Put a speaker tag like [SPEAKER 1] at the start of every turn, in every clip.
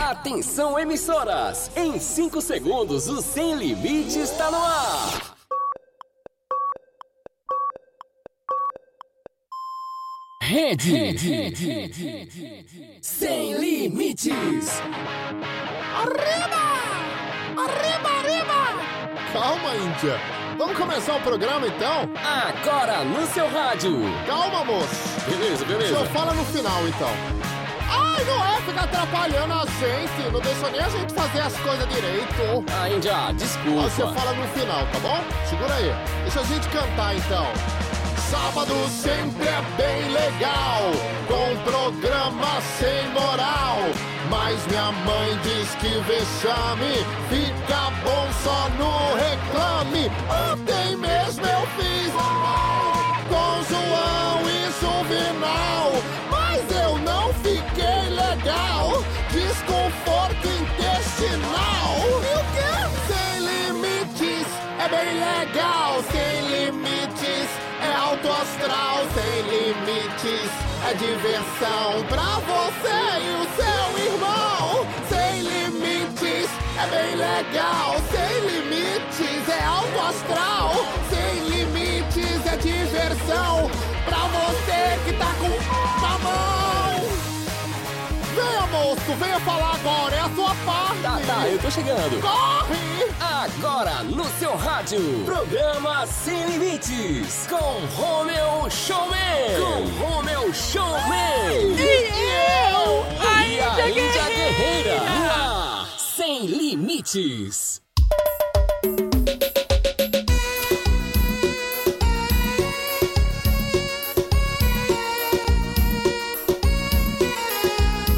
[SPEAKER 1] Atenção, emissoras! Em 5 segundos, o Sem Limite está no ar! Rede, Sem Limites!
[SPEAKER 2] Arriba! Arriba, arriba!
[SPEAKER 3] Calma, Índia. Vamos começar o programa então?
[SPEAKER 1] Agora no seu rádio!
[SPEAKER 3] Calma, moço.
[SPEAKER 1] Beleza,
[SPEAKER 3] Só
[SPEAKER 1] beleza?
[SPEAKER 3] fala no final então. Ai, não é ficar atrapalhando a gente. Não deixa nem a gente fazer as coisas direito.
[SPEAKER 1] A Índia,
[SPEAKER 3] Aí você
[SPEAKER 1] desculpa.
[SPEAKER 3] fala no final, tá bom? Segura aí. Deixa a gente cantar então. Sábado sempre é bem legal, com programa sem moral. Mas minha mãe diz que vexame, fica bom só no reclame. Ontem mesmo eu fiz anal com João e Juvenal, mas eu não fiquei legal. Desconforto intestinal. E o quê? Sem limites é bem legal. Sem limites é alto astral. Sem limites é diversão pra você e o seu irmão. Sem limites é bem legal. Sem limites é alto astral. Sem limites é diversão pra você que tá com na mão. Venha, moço, venha falar agora, é a sua parte.
[SPEAKER 1] Tá, tá, eu tô chegando.
[SPEAKER 3] Corre!
[SPEAKER 1] Agora no seu rádio, programa Sem Limites com Romeu Showman. Com Romeu Showman. E a Índia Guerreira. no ar, Sem Limites.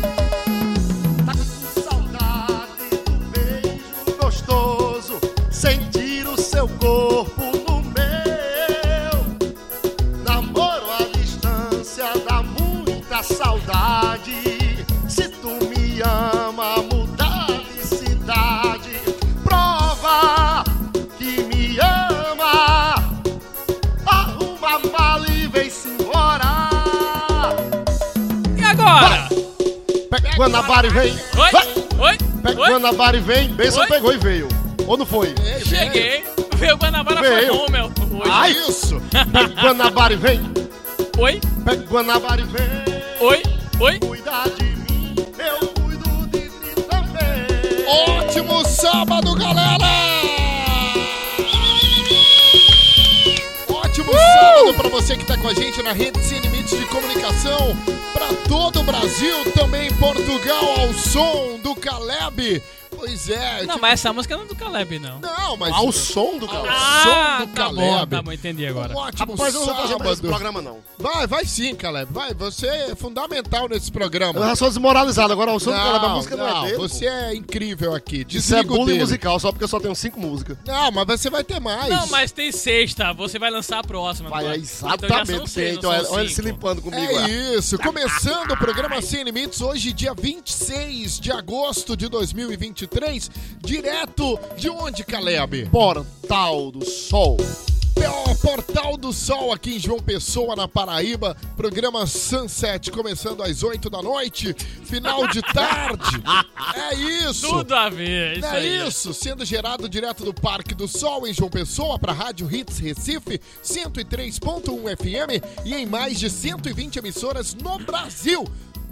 [SPEAKER 4] Tá com saudade do beijo gostoso, sentir o seu corpo no meu. Namoro à distância dá muita saudade. Se tu me ama, mudar de cidade, prova que me ama. Arruma a mala e vem-se embora.
[SPEAKER 5] E agora?
[SPEAKER 3] Pega o Guanabara e vem.
[SPEAKER 5] Oi?
[SPEAKER 3] Vai.
[SPEAKER 5] Oi?
[SPEAKER 3] Pega o
[SPEAKER 5] Oi?
[SPEAKER 3] Guanabara e vem. Benção
[SPEAKER 5] Oi?
[SPEAKER 3] pegou e veio. Ou não foi?
[SPEAKER 5] Cheguei. Veio o Guanabara foi
[SPEAKER 3] Veio.
[SPEAKER 5] bom, meu. Hoje.
[SPEAKER 3] Ah, isso. Pega o Guanabara e vem.
[SPEAKER 5] Oi?
[SPEAKER 3] Pega o Guanabara e vem.
[SPEAKER 5] Oi? Oi?
[SPEAKER 3] Cuidar de mim, eu cuido de ti também. Ótimo sábado, galera!
[SPEAKER 4] Uh!
[SPEAKER 3] Ótimo sábado para você que tá com a gente na rede Sem Limites de Comunicação, para todo o Brasil, também Portugal, ao som do Caleb. Pois é,
[SPEAKER 5] Não, mas essa música não é do Caleb, não.
[SPEAKER 3] Não, mas. Ao som do Caleb.
[SPEAKER 5] Ah, tá bom, tá bom, entendi agora.
[SPEAKER 3] Um ótimo
[SPEAKER 4] Rapaz, eu não vou fazer mais esse
[SPEAKER 3] sábado.
[SPEAKER 4] programa, não.
[SPEAKER 3] Vai, vai sim, Caleb. Vai, você é fundamental nesse
[SPEAKER 4] Eu já
[SPEAKER 3] programa.
[SPEAKER 4] sou desmoralizado, agora o som do cara da música não, é dele. pô.
[SPEAKER 3] você é incrível aqui.
[SPEAKER 4] Isso é
[SPEAKER 3] Desliga o
[SPEAKER 4] bullying
[SPEAKER 3] dele.
[SPEAKER 4] musical, só porque eu só tenho cinco músicas.
[SPEAKER 3] Não, Ah, mas você vai ter mais.
[SPEAKER 5] Não, mas tem sexta, você vai lançar a próxima.
[SPEAKER 4] Vai,
[SPEAKER 5] não
[SPEAKER 4] é
[SPEAKER 5] vai? Então
[SPEAKER 4] exatamente.
[SPEAKER 5] já são seis, não
[SPEAKER 4] então,
[SPEAKER 5] são
[SPEAKER 4] olha, olha ele se
[SPEAKER 5] cinco.
[SPEAKER 4] limpando comigo.
[SPEAKER 3] É
[SPEAKER 4] olha.
[SPEAKER 3] isso, começando o programa Sem Limites, hoje dia 26 de agosto de 2023, direto de onde, Caleb?
[SPEAKER 4] Portal do Sol.
[SPEAKER 3] Pô, Portal do Sol aqui em João Pessoa, na Paraíba, programa Sunset, começando às 8 da noite, final de tarde. É isso!
[SPEAKER 5] Tudo a ver, isso
[SPEAKER 3] é
[SPEAKER 5] aí.
[SPEAKER 3] isso, sendo gerado direto do Parque do Sol em João Pessoa para Rádio Hits Recife 103.1 FM um e em mais de 120 emissoras no Brasil,
[SPEAKER 6] Mais um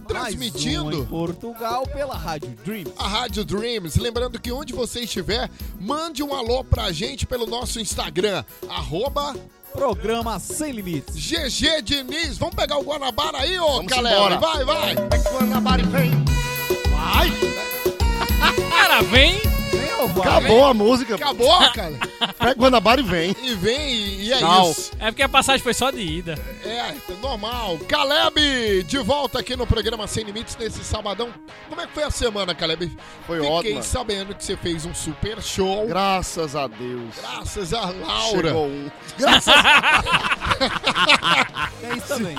[SPEAKER 6] em
[SPEAKER 3] transmitindo
[SPEAKER 6] Portugal pela Rádio Dream.
[SPEAKER 3] a Rádio Dreams. Lembrando que onde você estiver, mande um alô pra gente pelo nosso Instagram, arroba
[SPEAKER 6] Programa Sem Limites.
[SPEAKER 3] GG Diniz. Vamos pegar o Guanabara aí, ô
[SPEAKER 4] Vamos
[SPEAKER 3] galera.
[SPEAKER 4] embora.
[SPEAKER 3] Vai, vai.
[SPEAKER 4] Guanabara vem. Vai.
[SPEAKER 5] Cara, vem.
[SPEAKER 6] Vem ou vai?
[SPEAKER 4] Acabou a música.
[SPEAKER 3] Acabou, cara.
[SPEAKER 4] Pega Guanabara e vem.
[SPEAKER 3] E vem, e é
[SPEAKER 4] Tchau.
[SPEAKER 3] isso.
[SPEAKER 5] É porque a passagem foi só de ida.
[SPEAKER 3] É, normal. Caleb, de volta aqui no programa Sem Limites nesse sabadão. Como é que foi a semana, Caleb?
[SPEAKER 4] Foi
[SPEAKER 3] Fiquei
[SPEAKER 4] ótima.
[SPEAKER 3] sabendo que você fez um super show.
[SPEAKER 4] Graças a Deus.
[SPEAKER 3] Graças a Laura.
[SPEAKER 4] Chegou um.
[SPEAKER 6] É isso também.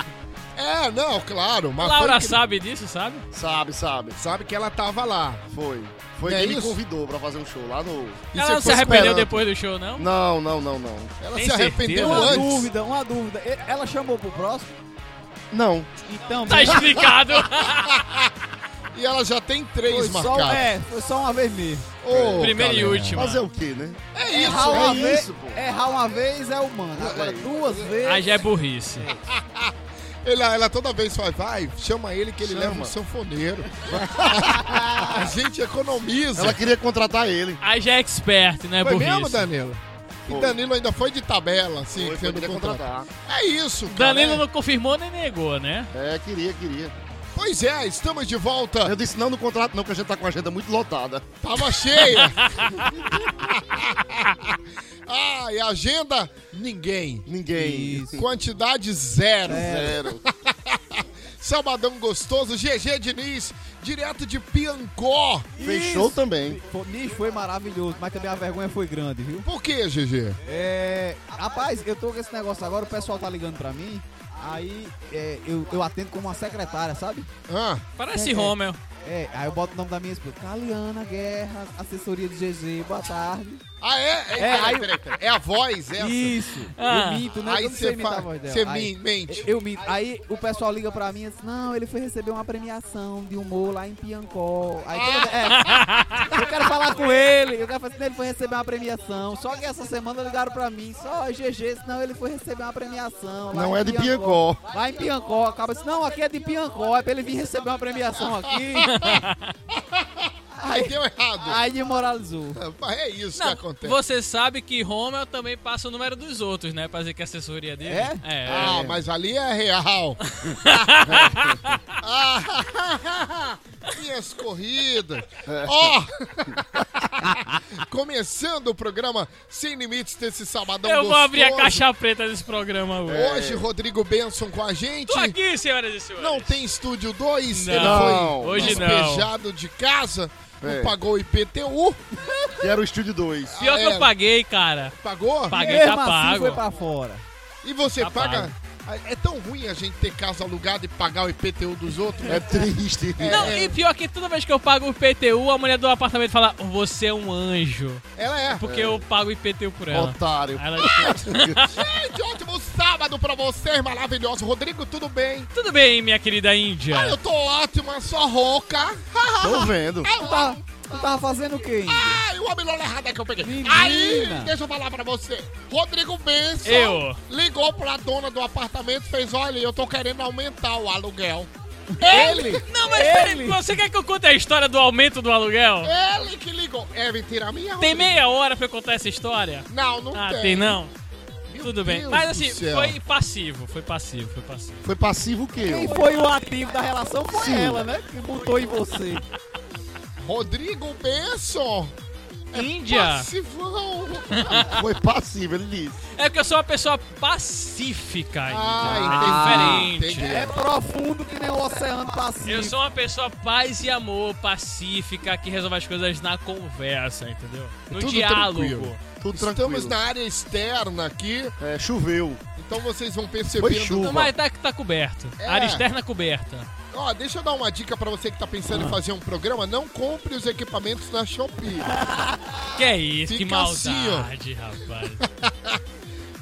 [SPEAKER 3] É, não, claro. Mas
[SPEAKER 5] Laura
[SPEAKER 3] foi que-
[SPEAKER 5] sabe disso, sabe?
[SPEAKER 4] Sabe, sabe.
[SPEAKER 3] sabe que ela tava lá.
[SPEAKER 4] Foi. Foi
[SPEAKER 3] É
[SPEAKER 4] quem me
[SPEAKER 3] isso?
[SPEAKER 4] convidou pra fazer um show lá no...
[SPEAKER 3] E
[SPEAKER 5] Ela
[SPEAKER 3] você
[SPEAKER 5] não se
[SPEAKER 3] foi
[SPEAKER 5] arrependeu
[SPEAKER 3] esperando.
[SPEAKER 5] depois do show, não?
[SPEAKER 4] Não, não, não, não.
[SPEAKER 3] Ela
[SPEAKER 5] Tem
[SPEAKER 3] se arrependeu
[SPEAKER 5] certeza?
[SPEAKER 6] Uma
[SPEAKER 3] antes.
[SPEAKER 6] dúvida, uma dúvida. E- Ela chamou pro próximo?
[SPEAKER 7] Tá
[SPEAKER 4] Não.
[SPEAKER 6] Então,
[SPEAKER 5] Tá explicado.
[SPEAKER 3] E ela já tem três
[SPEAKER 7] Foi
[SPEAKER 5] um
[SPEAKER 7] só,
[SPEAKER 3] marcadas.
[SPEAKER 7] é, foi só uma vez mesmo.
[SPEAKER 3] Ô,
[SPEAKER 5] Primeira e
[SPEAKER 3] cara,
[SPEAKER 5] última.
[SPEAKER 4] Fazer o quê, né?
[SPEAKER 3] É
[SPEAKER 7] errar, uma
[SPEAKER 3] isso, é
[SPEAKER 7] vez,
[SPEAKER 3] isso, pô.
[SPEAKER 7] errar uma vez é humano. Agora duas vezes.
[SPEAKER 5] Aí já é burrice.
[SPEAKER 3] Ele- ela toda vez fala, vai, chama ele que ele
[SPEAKER 4] Chama.
[SPEAKER 3] leva um sanfoneiro. a gente economiza.
[SPEAKER 4] Ela queria contratar ele.
[SPEAKER 5] Aí já é expert, não é
[SPEAKER 3] foi
[SPEAKER 5] burrice.
[SPEAKER 3] mesmo, Danilo? E
[SPEAKER 4] Foi.
[SPEAKER 3] Danilo ainda foi de tabela, assim,
[SPEAKER 4] Foi, foi,
[SPEAKER 3] sendo
[SPEAKER 4] queria
[SPEAKER 3] contratado.
[SPEAKER 4] contratar.
[SPEAKER 3] É isso, cara.
[SPEAKER 5] Danilo
[SPEAKER 3] é.
[SPEAKER 5] não confirmou nem negou, né?
[SPEAKER 4] É, queria, queria.
[SPEAKER 3] Pois é, estamos de volta.
[SPEAKER 4] Eu disse não no contrato não, porque a gente tá com a agenda muito lotada.
[SPEAKER 3] Tava cheia. ah, e agenda? Ninguém.
[SPEAKER 4] Ninguém.
[SPEAKER 7] Isso.
[SPEAKER 3] Quantidade zero.
[SPEAKER 7] É.
[SPEAKER 4] Zero.
[SPEAKER 3] Sabadão gostoso, GG Diniz, direto de Piancó.
[SPEAKER 4] Fechou também.
[SPEAKER 7] Foi, bicho, foi maravilhoso, mas também a vergonha foi grande, viu?
[SPEAKER 3] Por que, GG?
[SPEAKER 7] É, rapaz, eu tô com esse negócio agora, o pessoal tá ligando pra mim. Aí é, eu, eu atendo como uma secretária, sabe?
[SPEAKER 3] Ah,
[SPEAKER 5] Parece
[SPEAKER 7] É, é.
[SPEAKER 5] Rommel.
[SPEAKER 7] É, aí eu boto o nome da minha esposa. Caliana Guerra, assessoria do GG, boa tarde.
[SPEAKER 3] ah é? É,
[SPEAKER 7] É,
[SPEAKER 3] peraí,
[SPEAKER 7] aí-
[SPEAKER 3] peraí, peraí. é a voz essa?
[SPEAKER 7] Isso,
[SPEAKER 5] Ah.
[SPEAKER 7] eu minto, né?
[SPEAKER 3] Aí
[SPEAKER 7] eu não sei
[SPEAKER 3] você
[SPEAKER 7] imitar
[SPEAKER 3] fa-
[SPEAKER 7] a voz dela.
[SPEAKER 3] você
[SPEAKER 7] Aí-
[SPEAKER 3] min- mente.
[SPEAKER 5] tipo,
[SPEAKER 7] Eu minto. Aí o pessoal liga pra mim e diz, não, ele foi receber uma premiação de humor lá em Piancó. Aí toda- é, eu quero falar com ele, eu quero falar assim, ele foi receber uma premiação. Só que essa semana ligaram pra mim, só GG, senão ele foi receber uma premiação. lá
[SPEAKER 4] Não
[SPEAKER 7] em
[SPEAKER 4] é de Piancó.
[SPEAKER 7] Lá em Piancó, acaba assim, não, aqui é de Piancó, é pra ele vir receber uma premiação aqui.
[SPEAKER 3] Aí deu errado.
[SPEAKER 7] Aí demoralizou.
[SPEAKER 3] Mas é isso que acontece.
[SPEAKER 5] Você sabe que Rommel também passa o número dos outros, né? Pra dizer que é assessoria dele.
[SPEAKER 7] É?
[SPEAKER 5] É.
[SPEAKER 3] Ah, mas ali é real. Ah, Minhas corridas.
[SPEAKER 5] É.
[SPEAKER 3] Ó! Começando o programa Sem Limites desse sabadão
[SPEAKER 5] Eu vou
[SPEAKER 3] gostoso. É.
[SPEAKER 5] abrir a caixa preta desse programa hoje.
[SPEAKER 3] Hoje, Rodrigo Benson com a gente.
[SPEAKER 5] Tô aqui, senhoras e senhores.
[SPEAKER 3] Não tem Estúdio 2.
[SPEAKER 5] Não.
[SPEAKER 3] Ele
[SPEAKER 4] Não,
[SPEAKER 3] foi
[SPEAKER 5] hoje não.
[SPEAKER 3] despejado de casa.
[SPEAKER 4] É.
[SPEAKER 3] Não pagou o IPTU.
[SPEAKER 4] Que era o Estúdio 2.
[SPEAKER 5] Pior que
[SPEAKER 3] É.
[SPEAKER 5] eu paguei, cara.
[SPEAKER 3] Pagou?
[SPEAKER 5] Paguei,
[SPEAKER 7] Mesmo
[SPEAKER 5] tá
[SPEAKER 7] assim
[SPEAKER 5] pago.
[SPEAKER 7] foi pra fora.
[SPEAKER 3] E você
[SPEAKER 5] Tá
[SPEAKER 3] paga... É tão ruim a gente ter casa alugada e pagar o IPTU dos outros. né?
[SPEAKER 4] É triste.
[SPEAKER 5] Não,
[SPEAKER 3] É.
[SPEAKER 5] e pior que toda vez que eu pago o IPTU, a mulher do apartamento fala, você é um anjo.
[SPEAKER 3] Ela é.
[SPEAKER 5] Porque eu pago o IPTU por ela.
[SPEAKER 4] Otário.
[SPEAKER 5] Aí ela "Ah,
[SPEAKER 3] Gente, ótimo sábado pra vocês, maravilhoso. Rodrigo, tudo bem?
[SPEAKER 5] Tudo bem, minha querida Índia.
[SPEAKER 3] Ah, eu tô ótima, só rouca. É
[SPEAKER 4] Tô vendo.
[SPEAKER 7] Tu
[SPEAKER 5] Tá.
[SPEAKER 7] tava, tu tava fazendo o quê, Índio?
[SPEAKER 3] Ai, uma milona errada que eu peguei.
[SPEAKER 7] Menina.
[SPEAKER 3] Aí, deixa eu falar pra você. Rodrigo Benson
[SPEAKER 5] Eu.
[SPEAKER 3] ligou pra dona do apartamento e fez, olha, eu tô querendo aumentar o aluguel. Ele,
[SPEAKER 5] É? Não, mas peraí, você quer que eu conte a história do aumento do aluguel?
[SPEAKER 3] ele que ligou. É mentira minha,
[SPEAKER 5] Tem
[SPEAKER 3] Rodrigo?
[SPEAKER 5] meia hora pra eu contar essa história?
[SPEAKER 3] Não, não
[SPEAKER 5] Ah,
[SPEAKER 3] tem.
[SPEAKER 5] tem não?
[SPEAKER 3] Meu
[SPEAKER 5] Tudo bem.
[SPEAKER 3] Deus
[SPEAKER 5] Mas
[SPEAKER 3] do
[SPEAKER 5] assim,
[SPEAKER 3] céu.
[SPEAKER 5] foi passivo, foi passivo, foi passivo.
[SPEAKER 4] Foi passivo o quê?
[SPEAKER 7] Quem foi o ativo da relação foi ela, né? Que botou em você.
[SPEAKER 3] Rodrigo Benson. É
[SPEAKER 5] Índia,
[SPEAKER 3] Passivão.
[SPEAKER 4] Foi passivo, ele disse.
[SPEAKER 5] é porque eu sou uma pessoa pacífica.
[SPEAKER 3] Ah,
[SPEAKER 5] Índia.
[SPEAKER 3] entendi.
[SPEAKER 5] É
[SPEAKER 3] Entendi.
[SPEAKER 5] diferente.
[SPEAKER 7] É profundo que nem o oceano pacífico.
[SPEAKER 5] Eu sou uma pessoa paz e amor, pacífica, que resolve as coisas na conversa, entendeu? No
[SPEAKER 3] É Tudo
[SPEAKER 5] diálogo.
[SPEAKER 3] tranquilo.
[SPEAKER 4] Tudo
[SPEAKER 3] Estamos
[SPEAKER 4] tranquilo.
[SPEAKER 3] na área externa aqui,
[SPEAKER 4] É, choveu.
[SPEAKER 3] então vocês vão
[SPEAKER 4] Foi
[SPEAKER 3] percebendo.
[SPEAKER 5] Não,
[SPEAKER 4] chuva.
[SPEAKER 5] mas tá, tá coberto.
[SPEAKER 3] É.
[SPEAKER 5] Área externa coberta.
[SPEAKER 3] Ó, deixa eu dar uma dica pra você que tá pensando
[SPEAKER 4] Ah.
[SPEAKER 3] em fazer um programa, não compre os equipamentos na Shopee.
[SPEAKER 5] Que é isso, que
[SPEAKER 3] Fica assim, ó.
[SPEAKER 5] maldade, rapaz.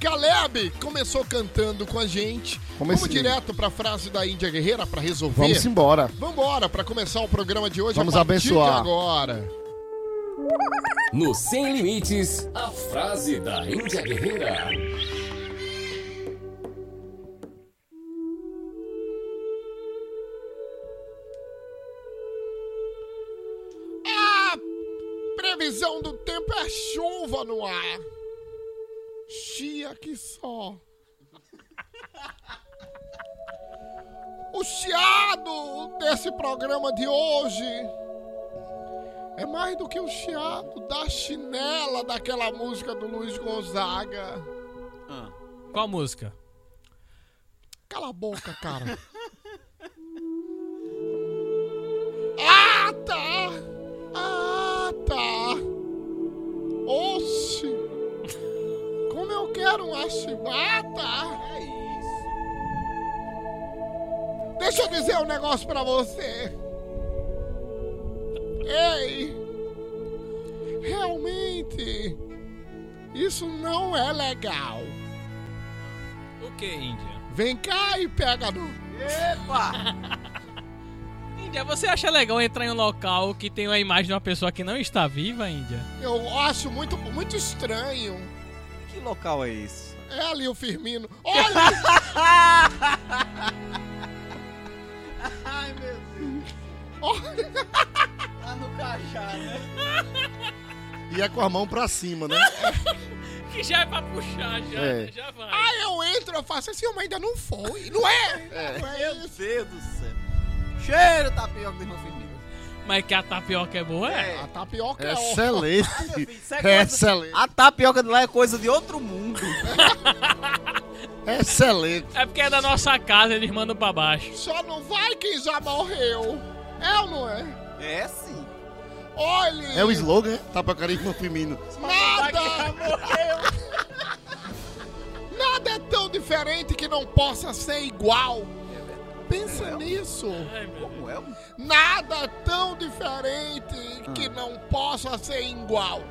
[SPEAKER 3] Caleb começou cantando com a gente. Vamos
[SPEAKER 4] Comecei.
[SPEAKER 3] direto pra frase da Índia Guerreira pra resolver.
[SPEAKER 4] assim? Vamos embora.
[SPEAKER 3] Vambora, pra começar o programa de hoje
[SPEAKER 4] Vamos
[SPEAKER 3] a partir de
[SPEAKER 4] abençoar.
[SPEAKER 3] agora.
[SPEAKER 1] No Sem Limites, a frase da Índia Guerreira.
[SPEAKER 3] Previsão do tempo é chuva no ar. Chia que só. O chiado desse programa de hoje é mais do que o chiado da chinela daquela música do Luiz Gonzaga.
[SPEAKER 5] Qual música?
[SPEAKER 3] Cala a boca, cara. ah, tá! Ah, tá! Oxe! Como eu quero uma chibata! É isso! Deixa eu dizer um negócio pra você! Ei! Realmente, isso não é legal.
[SPEAKER 5] O que, Índia?
[SPEAKER 3] Vem cá e pega no.
[SPEAKER 7] Epa!
[SPEAKER 5] Índia, você acha legal entrar em um local que tem uma imagem de uma pessoa que não está viva, Índia?
[SPEAKER 3] Eu acho muito, muito estranho.
[SPEAKER 7] Que local é esse?
[SPEAKER 3] É ali o Firmino. Olha!
[SPEAKER 7] Ai, meu
[SPEAKER 3] olha.
[SPEAKER 7] Tá no cajá, né?
[SPEAKER 4] E é com a mão pra cima, né?
[SPEAKER 7] Ah,
[SPEAKER 5] Que já é pra puxar, já,
[SPEAKER 4] É.
[SPEAKER 5] já vai.
[SPEAKER 3] Aí eu entro, eu faço assim, mas ainda não foi. Não é? Não é
[SPEAKER 7] Meu
[SPEAKER 3] isso.
[SPEAKER 7] Deus do céu. Cheiro tapioca de irmão Firmino.
[SPEAKER 5] Mas que a tapioca é boa, é.
[SPEAKER 3] A tapioca é ó.
[SPEAKER 7] Ah, meu
[SPEAKER 4] Excelente.
[SPEAKER 7] filho, isso é coisa-
[SPEAKER 4] Excelente.
[SPEAKER 7] A tapioca de lá é coisa de outro mundo.
[SPEAKER 4] Excelente.
[SPEAKER 5] É porque é da nossa casa, eles mandam pra baixo.
[SPEAKER 3] Só não vai quem já morreu. É ou não é?
[SPEAKER 7] É sim.
[SPEAKER 3] Olha!
[SPEAKER 4] É o slogan, é? Tapacari com Firmino.
[SPEAKER 3] Nada! Nada é tão diferente que não possa ser igual. Pensa nisso.
[SPEAKER 7] Como é?
[SPEAKER 3] Nada é tão diferente que não possa ser igual.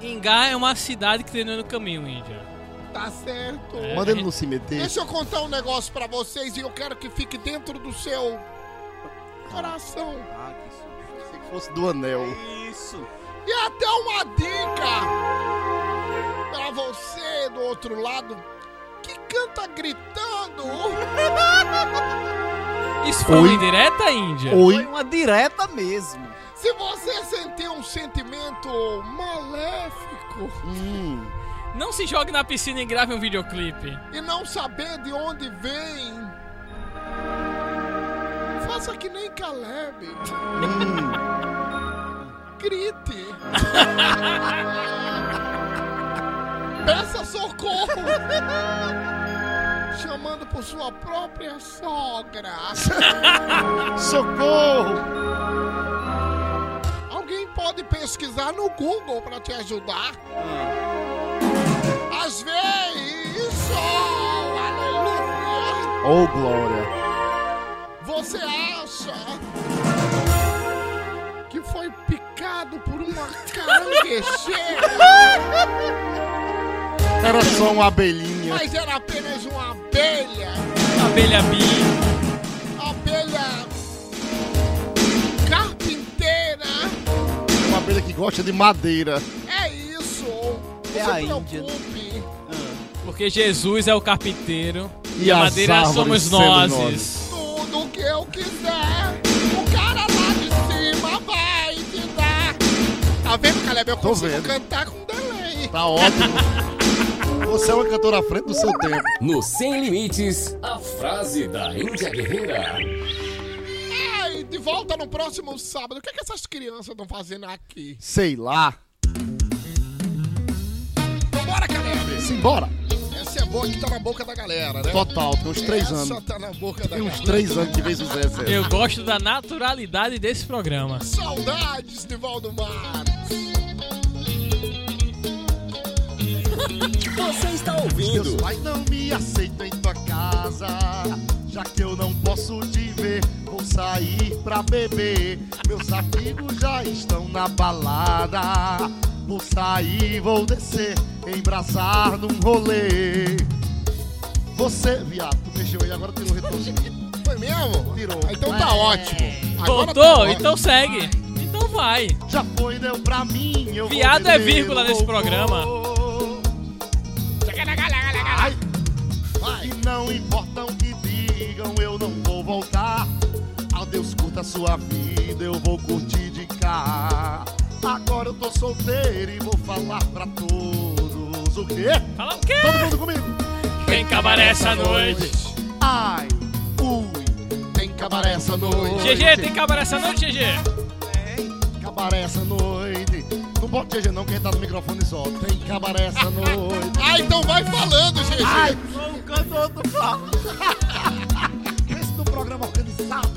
[SPEAKER 5] Ingá é uma cidade que tem no caminho, Índia.
[SPEAKER 3] Tá certo?
[SPEAKER 5] É.
[SPEAKER 4] Manda ele não se meter.
[SPEAKER 3] Deixa eu contar um negócio pra vocês e eu quero que fique dentro do seu coração.
[SPEAKER 7] Ah, que susto.
[SPEAKER 4] Se fosse do anel.
[SPEAKER 7] Isso.
[SPEAKER 3] E até uma dica pra você do outro lado que canta gritando.
[SPEAKER 5] Isso foi uma
[SPEAKER 4] Oi.
[SPEAKER 5] indireta, Índia?
[SPEAKER 7] Foi
[SPEAKER 4] Oi.
[SPEAKER 7] uma direta mesmo.
[SPEAKER 3] Se você sentir um sentimento maléfico
[SPEAKER 4] Hum.
[SPEAKER 5] Não se jogue na piscina e grave um videoclipe.
[SPEAKER 3] e não saber de onde vem, faça que nem Caleb.
[SPEAKER 4] Hum.
[SPEAKER 3] Grite. Peça socorro. Chamando por sua própria sogra.
[SPEAKER 4] Socorro!
[SPEAKER 3] Alguém pode pesquisar no Google pra te ajudar? Às vezes, oh, aleluia,
[SPEAKER 4] Oh, glória.
[SPEAKER 3] você acha que foi picado por uma caranguejeira,
[SPEAKER 4] Era só uma abelhinha.
[SPEAKER 3] mas era apenas uma abelha,
[SPEAKER 5] Abelha Bee.
[SPEAKER 3] abelha carpinteira.
[SPEAKER 4] Uma abelha que gosta de madeira.
[SPEAKER 3] É isso. Não
[SPEAKER 7] É
[SPEAKER 3] se
[SPEAKER 7] a Índia.
[SPEAKER 3] preocupe.
[SPEAKER 5] Porque Jesus é o carpinteiro
[SPEAKER 4] E
[SPEAKER 5] e, a
[SPEAKER 4] as
[SPEAKER 5] madeira
[SPEAKER 4] árvores
[SPEAKER 5] somos
[SPEAKER 4] sendo
[SPEAKER 5] nós.
[SPEAKER 4] nozes.
[SPEAKER 3] tudo que eu quiser. O cara lá de cima vai te dar. Tá vendo, Caleb? Eu
[SPEAKER 4] Tô
[SPEAKER 3] consigo
[SPEAKER 4] vendo.
[SPEAKER 3] cantar com delay.
[SPEAKER 4] Tá ótimo. Você é uma cantora à frente do seu tempo.
[SPEAKER 1] No Sem Limites, a frase da Índia Guerreira.
[SPEAKER 3] Ai, de volta no próximo sábado. O que, é que essas crianças estão fazendo aqui?
[SPEAKER 4] Sei lá.
[SPEAKER 3] Vambora, Caleb!
[SPEAKER 4] Simbora.
[SPEAKER 3] Essa é boa que tá na boca da galera, né?
[SPEAKER 4] Total, tem uns três
[SPEAKER 3] Essa
[SPEAKER 4] anos.
[SPEAKER 3] tá na boca da
[SPEAKER 4] Tem uns
[SPEAKER 3] galera.
[SPEAKER 4] três anos que vem sucesso. essa.
[SPEAKER 5] Eu gosto da naturalidade desse programa.
[SPEAKER 3] Saudades de Valdomar.
[SPEAKER 1] Você está
[SPEAKER 4] Meus
[SPEAKER 1] ouvindo
[SPEAKER 4] pais não me aceitam em tua casa. Já que eu não posso te ver, vou sair pra beber. Meus amigos já estão na balada. Vou sair, vou descer, embraçar num rolê. Você, viado, tu mexeu aí, agora tirou o retorno.
[SPEAKER 3] Foi mesmo?
[SPEAKER 4] Tirou.
[SPEAKER 3] Ah, Então tá
[SPEAKER 4] É.
[SPEAKER 3] ótimo. Agora tá
[SPEAKER 5] Voltou?
[SPEAKER 3] ótimo.
[SPEAKER 5] Então segue. Então vai.
[SPEAKER 4] Já foi, deu pra mim. Eu vou
[SPEAKER 5] Viado é
[SPEAKER 4] beber,
[SPEAKER 5] vírgula
[SPEAKER 4] eu
[SPEAKER 5] nesse
[SPEAKER 4] vou.
[SPEAKER 5] programa.
[SPEAKER 4] Ai. E não importa o que digam, eu não vou voltar. Ao Deus curta a sua vida, eu vou curtir de cá. Agora eu tô solteiro e vou falar pra todos o quê?
[SPEAKER 5] Fala o quê?
[SPEAKER 4] Todo mundo comigo.
[SPEAKER 5] Tem cabaré essa noite.
[SPEAKER 4] Ai, ui, tem cabaré essa noite.
[SPEAKER 5] GG, tem cabaré essa noite, GG?
[SPEAKER 4] cabaré essa noite. Não bota GG não, quem tá no microfone só. Tem cabaré essa noite.
[SPEAKER 3] Ah, então vai falando, gente.
[SPEAKER 4] Ai,
[SPEAKER 7] Um canto, outro fala.
[SPEAKER 4] esse do programa organizado.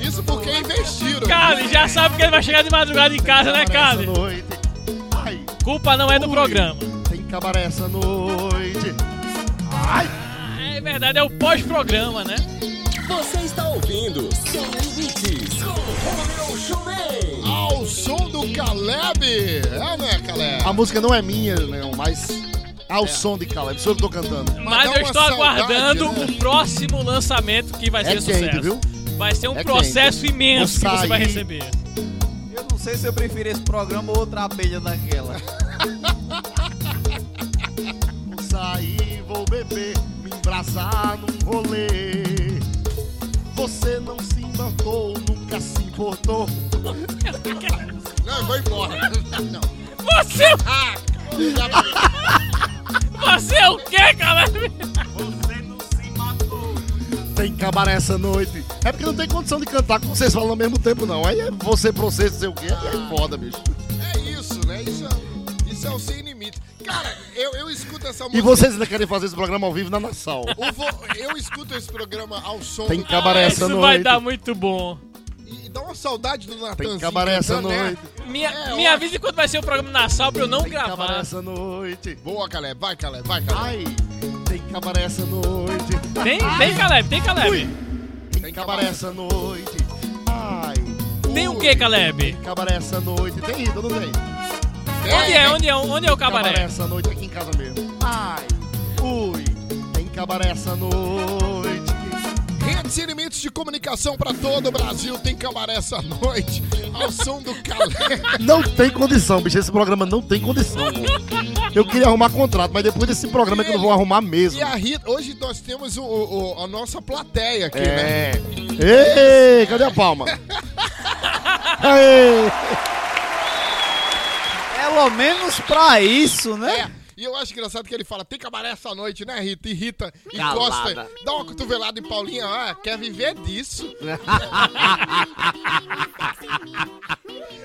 [SPEAKER 3] Isso porque é investiram.
[SPEAKER 5] Cali, já sabe que ele vai chegar de madrugada em casa, né,
[SPEAKER 4] Tem cabaré
[SPEAKER 5] Cali?
[SPEAKER 4] essa noite. Ai,
[SPEAKER 5] Culpa não é do programa.
[SPEAKER 4] tem cabaré essa noite. Ai,
[SPEAKER 5] É verdade, é o pós-programa, né?
[SPEAKER 1] Você está ouvindo Sem Limites com Romeu Showman.
[SPEAKER 3] Ao som do Caleb! É, né, Caleb?
[SPEAKER 4] a música não é minha, não, mas ao som de Caleb, sou eu que tô cantando.
[SPEAKER 5] É. Mas
[SPEAKER 3] dá
[SPEAKER 5] eu
[SPEAKER 3] uma
[SPEAKER 5] estou
[SPEAKER 3] saudade,
[SPEAKER 5] aguardando
[SPEAKER 3] né?
[SPEAKER 5] o próximo lançamento que vai
[SPEAKER 4] É
[SPEAKER 5] ser sucesso.
[SPEAKER 4] quente, viu?
[SPEAKER 5] Vai ser um
[SPEAKER 3] É quem?
[SPEAKER 5] processo imenso que
[SPEAKER 4] Vou
[SPEAKER 5] você vai
[SPEAKER 4] sair.
[SPEAKER 5] receber.
[SPEAKER 7] Eu não sei se eu prefiro esse programa ou outra abelha daquela.
[SPEAKER 4] Vou sair, vou beber, me embrasar num rolê. Você não se importou, nunca se importou.
[SPEAKER 3] Não, eu vou embora. Não.
[SPEAKER 5] Você, é
[SPEAKER 3] Ah, já-
[SPEAKER 5] você é o quê, galera?
[SPEAKER 4] Você não se matou. Tem que acabar essa noite. É porque não tem condição de cantar com vocês falando ao mesmo tempo, não. Aí é você pra você, sei o quê. Aí é foda, bicho.
[SPEAKER 3] é isso, né? Isso é, isso é o sem limite. Cara, eu, eu escuto essa música.
[SPEAKER 4] E vocês ainda querem fazer esse programa ao vivo na Nassau.
[SPEAKER 3] O vo- eu escuto esse programa ao som
[SPEAKER 4] Tem
[SPEAKER 3] do-
[SPEAKER 4] cabaré essa
[SPEAKER 5] Isso vai
[SPEAKER 4] noite.
[SPEAKER 5] dar muito bom.
[SPEAKER 3] E dá uma saudade do Natanzinho.
[SPEAKER 4] cabaré essa
[SPEAKER 3] cantando, né?
[SPEAKER 5] Me,
[SPEAKER 3] É,
[SPEAKER 5] me
[SPEAKER 3] ó.
[SPEAKER 5] avisa quando vai ser o programa na sala pra eu não
[SPEAKER 4] Tem cabaré
[SPEAKER 5] gravar.
[SPEAKER 4] essa noite.
[SPEAKER 3] Boa, Calé. Vai, Calé. Vai, Calé.
[SPEAKER 4] Ai, tem cabaré essa noite.
[SPEAKER 5] Tem, tem, Caleb, tem,
[SPEAKER 4] Ui,
[SPEAKER 5] Caleb.
[SPEAKER 4] tem cabaré essa noite. Ai.
[SPEAKER 5] Tem o
[SPEAKER 4] ui,
[SPEAKER 5] quê, Caleb?
[SPEAKER 4] tem Cabaré essa noite. Tem ido, não tem?
[SPEAKER 5] Onde é, onde é, onde é o cabaré?
[SPEAKER 4] essa noite aqui em casa mesmo. Ai, ui, tem cabaré essa noite.
[SPEAKER 3] Redes sem limites de comunicação pra todo o Brasil. Tem cabaré essa noite. Ao som do Calé.
[SPEAKER 4] Não tem condição, bicho. Esse programa não tem condição. Eu queria arrumar contrato, mas depois desse programa é que eu não vou arrumar mesmo.
[SPEAKER 3] E a Rita. Hoje nós temos o, o- a nossa plateia aqui, né?
[SPEAKER 4] É. Ei, cadê a palma? Aê.
[SPEAKER 7] Pelo menos pra isso, né?
[SPEAKER 3] É. E eu acho engraçado que ele fala, tem cabaré essa noite, né, Rita? E Rita
[SPEAKER 7] Calada.
[SPEAKER 3] encosta, dá uma cotovelada em Paulinha, ah, quer viver disso.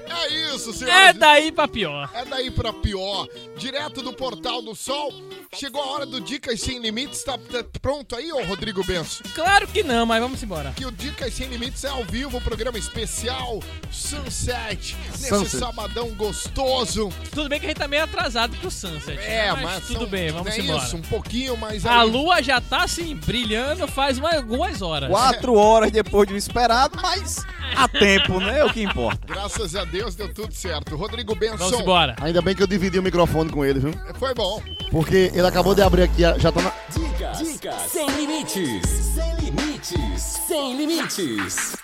[SPEAKER 3] é isso, senhoras
[SPEAKER 5] É
[SPEAKER 3] e
[SPEAKER 5] daí pra pior.
[SPEAKER 3] É daí pra pior. Direto do Portal do Sol. Chegou a hora do Dicas Sem Limites. Tá, tá pronto aí, ô Rodrigo Benço?
[SPEAKER 5] Claro que não, mas vamos embora.
[SPEAKER 3] Que o Dicas Sem Limites é ao vivo, programa especial Sunset. Nesse
[SPEAKER 4] Sunset.
[SPEAKER 3] sabadão gostoso.
[SPEAKER 5] Tudo bem que a gente tá meio atrasado pro Sunset.
[SPEAKER 3] É,
[SPEAKER 5] né?
[SPEAKER 3] mas...
[SPEAKER 5] tudo
[SPEAKER 3] são-
[SPEAKER 5] bem, vamos
[SPEAKER 3] é
[SPEAKER 5] embora.
[SPEAKER 3] isso, um pouquinho mais...
[SPEAKER 5] A
[SPEAKER 3] aí.
[SPEAKER 5] lua já tá assim, brilhando faz mais algumas horas.
[SPEAKER 7] Quatro horas depois do esperado, mas a tempo, né? É o que importa.
[SPEAKER 3] Graças a Deus deu tudo certo. Rodrigo
[SPEAKER 5] Vamos
[SPEAKER 3] Benço.
[SPEAKER 5] embora.
[SPEAKER 4] Ainda bem que eu dividi o microfone com ele, viu?
[SPEAKER 3] Foi bom.
[SPEAKER 4] Porque ele acabou de abrir aqui, já tá na.
[SPEAKER 1] Dicas, dicas sem limites. Sem limites. Sem limites.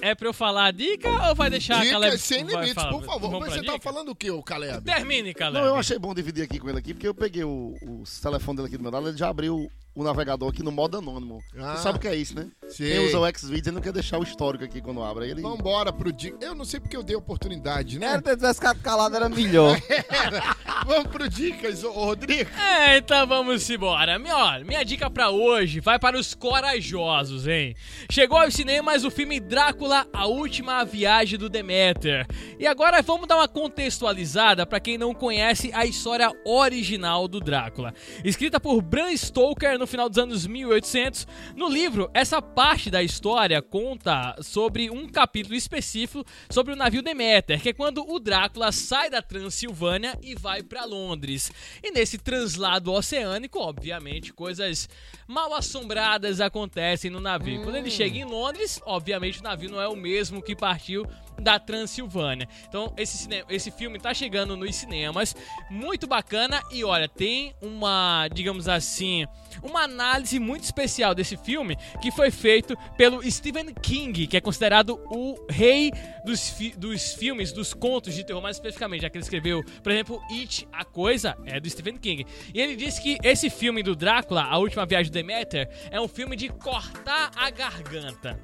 [SPEAKER 5] É pra eu falar a dica ou vai deixar a Caleb?
[SPEAKER 3] Dicas Sem
[SPEAKER 5] vai
[SPEAKER 3] Limites,
[SPEAKER 5] falar?
[SPEAKER 3] por favor.
[SPEAKER 5] Vamos
[SPEAKER 3] Mas
[SPEAKER 5] pra
[SPEAKER 3] você tá
[SPEAKER 5] dica?
[SPEAKER 3] falando o quê, ô Caleb?
[SPEAKER 5] Termine,
[SPEAKER 4] Não,
[SPEAKER 5] Caleb.
[SPEAKER 4] eu achei bom dividir aqui com ele aqui, porque eu peguei o, o telefone dele aqui do meu lado, ele já abriu o navegador aqui no modo anônimo.
[SPEAKER 3] Ah.
[SPEAKER 4] Você sabe o que é isso, né?
[SPEAKER 3] Sei.
[SPEAKER 4] Quem usa o Xvideos, ele não quer deixar o histórico aqui quando abre. Aí ele...
[SPEAKER 3] Vambora pro Dicas... Eu não sei porque eu dei oportunidade,
[SPEAKER 5] É
[SPEAKER 3] né?
[SPEAKER 7] Era ter tivesse ficado calado, era melhor.
[SPEAKER 3] Vamos pro Dicas, ô ô, Rodrigo.
[SPEAKER 5] É, então vamos embora. Minha, olha, minha dica pra hoje vai para os corajosos, hein? Chegou aos cinemas o filme Drácula, a última viagem do Demeter. E agora vamos dar uma contextualizada pra quem não conhece a história original do Drácula. Escrita por Bram Stoker no final dos anos 1800, no livro, essa parte da história conta sobre um capítulo específico sobre o navio Demeter, que é quando o Drácula sai da Transilvânia e vai pra Londres. E nesse translado oceânico, obviamente, coisas mal assombradas acontecem no navio. Quando ele chega em Londres, obviamente o navio não é o mesmo que partiu da Transilvânia. Então, esse, cine- esse filme tá chegando nos cinemas, muito bacana e olha, tem uma, digamos assim, uma análise muito especial desse filme que foi feito pelo Stephen King, que é considerado o rei dos, fi- dos filmes, dos contos de terror, mais especificamente, já que ele escreveu, por exemplo, It, a coisa é do Stephen King. E ele disse que esse filme do Drácula, A Última Viagem do Demeter, é um filme de cortar a garganta.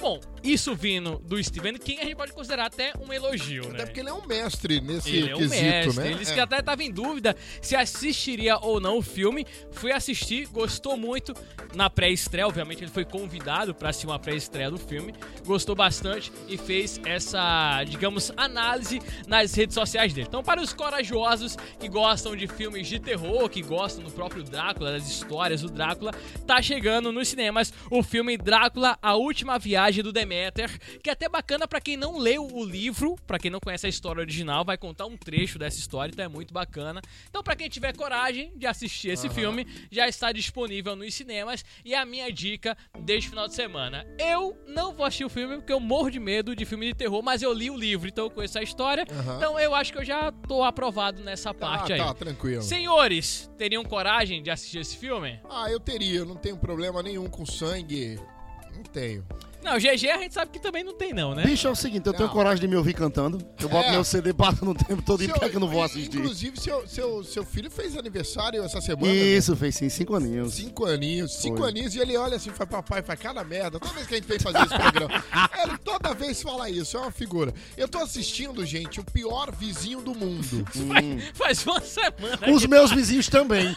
[SPEAKER 5] Bom, isso vindo do Stephen King, a gente pode considerar até um elogio, né?
[SPEAKER 3] Até porque ele é um mestre nesse
[SPEAKER 5] Ele é um
[SPEAKER 3] quesito,
[SPEAKER 5] mestre.
[SPEAKER 3] né?
[SPEAKER 5] Ele disse
[SPEAKER 3] É.
[SPEAKER 5] que até estava em dúvida se assistiria ou não o filme. Fui assistir, gostou muito na pré-estreia. Obviamente, ele foi convidado para assistir uma pré-estreia do filme. Gostou bastante e fez essa, digamos, análise nas redes sociais dele. Então, para os corajosos que gostam de filmes de terror, que gostam do próprio Drácula, das histórias do Drácula, tá chegando nos cinemas o filme Drácula, A Última Viagem viagem do Deméter, que é até bacana pra quem não leu o livro, pra quem não conhece a história original, vai contar um trecho dessa história, então é muito bacana. Então pra quem tiver coragem de assistir esse filme, já está disponível nos cinemas e é a minha dica deste final de semana. Eu não vou assistir o filme porque eu morro de medo de filme de terror, mas eu li o livro, então eu conheço a história.
[SPEAKER 3] Aham.
[SPEAKER 5] Então eu acho que eu já tô aprovado nessa
[SPEAKER 3] Ah,
[SPEAKER 5] parte aí.
[SPEAKER 3] tá, tranquilo.
[SPEAKER 5] Senhores, teriam coragem de assistir esse filme?
[SPEAKER 3] Ah, eu teria, eu não tenho problema nenhum com sangue. Não tenho.
[SPEAKER 5] Não, GG a gente sabe que também não tem, não, né?
[SPEAKER 4] Bicho, é o seguinte, eu tenho
[SPEAKER 3] Não.
[SPEAKER 4] coragem de me ouvir cantando. Eu boto
[SPEAKER 3] É.
[SPEAKER 4] meu CD, bato no tempo todo e
[SPEAKER 3] Seu-
[SPEAKER 4] pior que eu não vou assistir.
[SPEAKER 3] Inclusive, seu, seu, seu filho fez aniversário essa semana. né?
[SPEAKER 4] Isso, fez sim, cinco aninhos.
[SPEAKER 3] Cinco aninhos, cinco
[SPEAKER 4] Foi.
[SPEAKER 3] aninhos, e ele olha assim, faz papai, faz cara merda. Toda vez que a gente vem fazer esse programa, ele toda vez fala isso, é uma figura. Eu tô assistindo, gente, o pior vizinho do mundo.
[SPEAKER 5] Faz uma semana.
[SPEAKER 4] Os meus vizinhos também.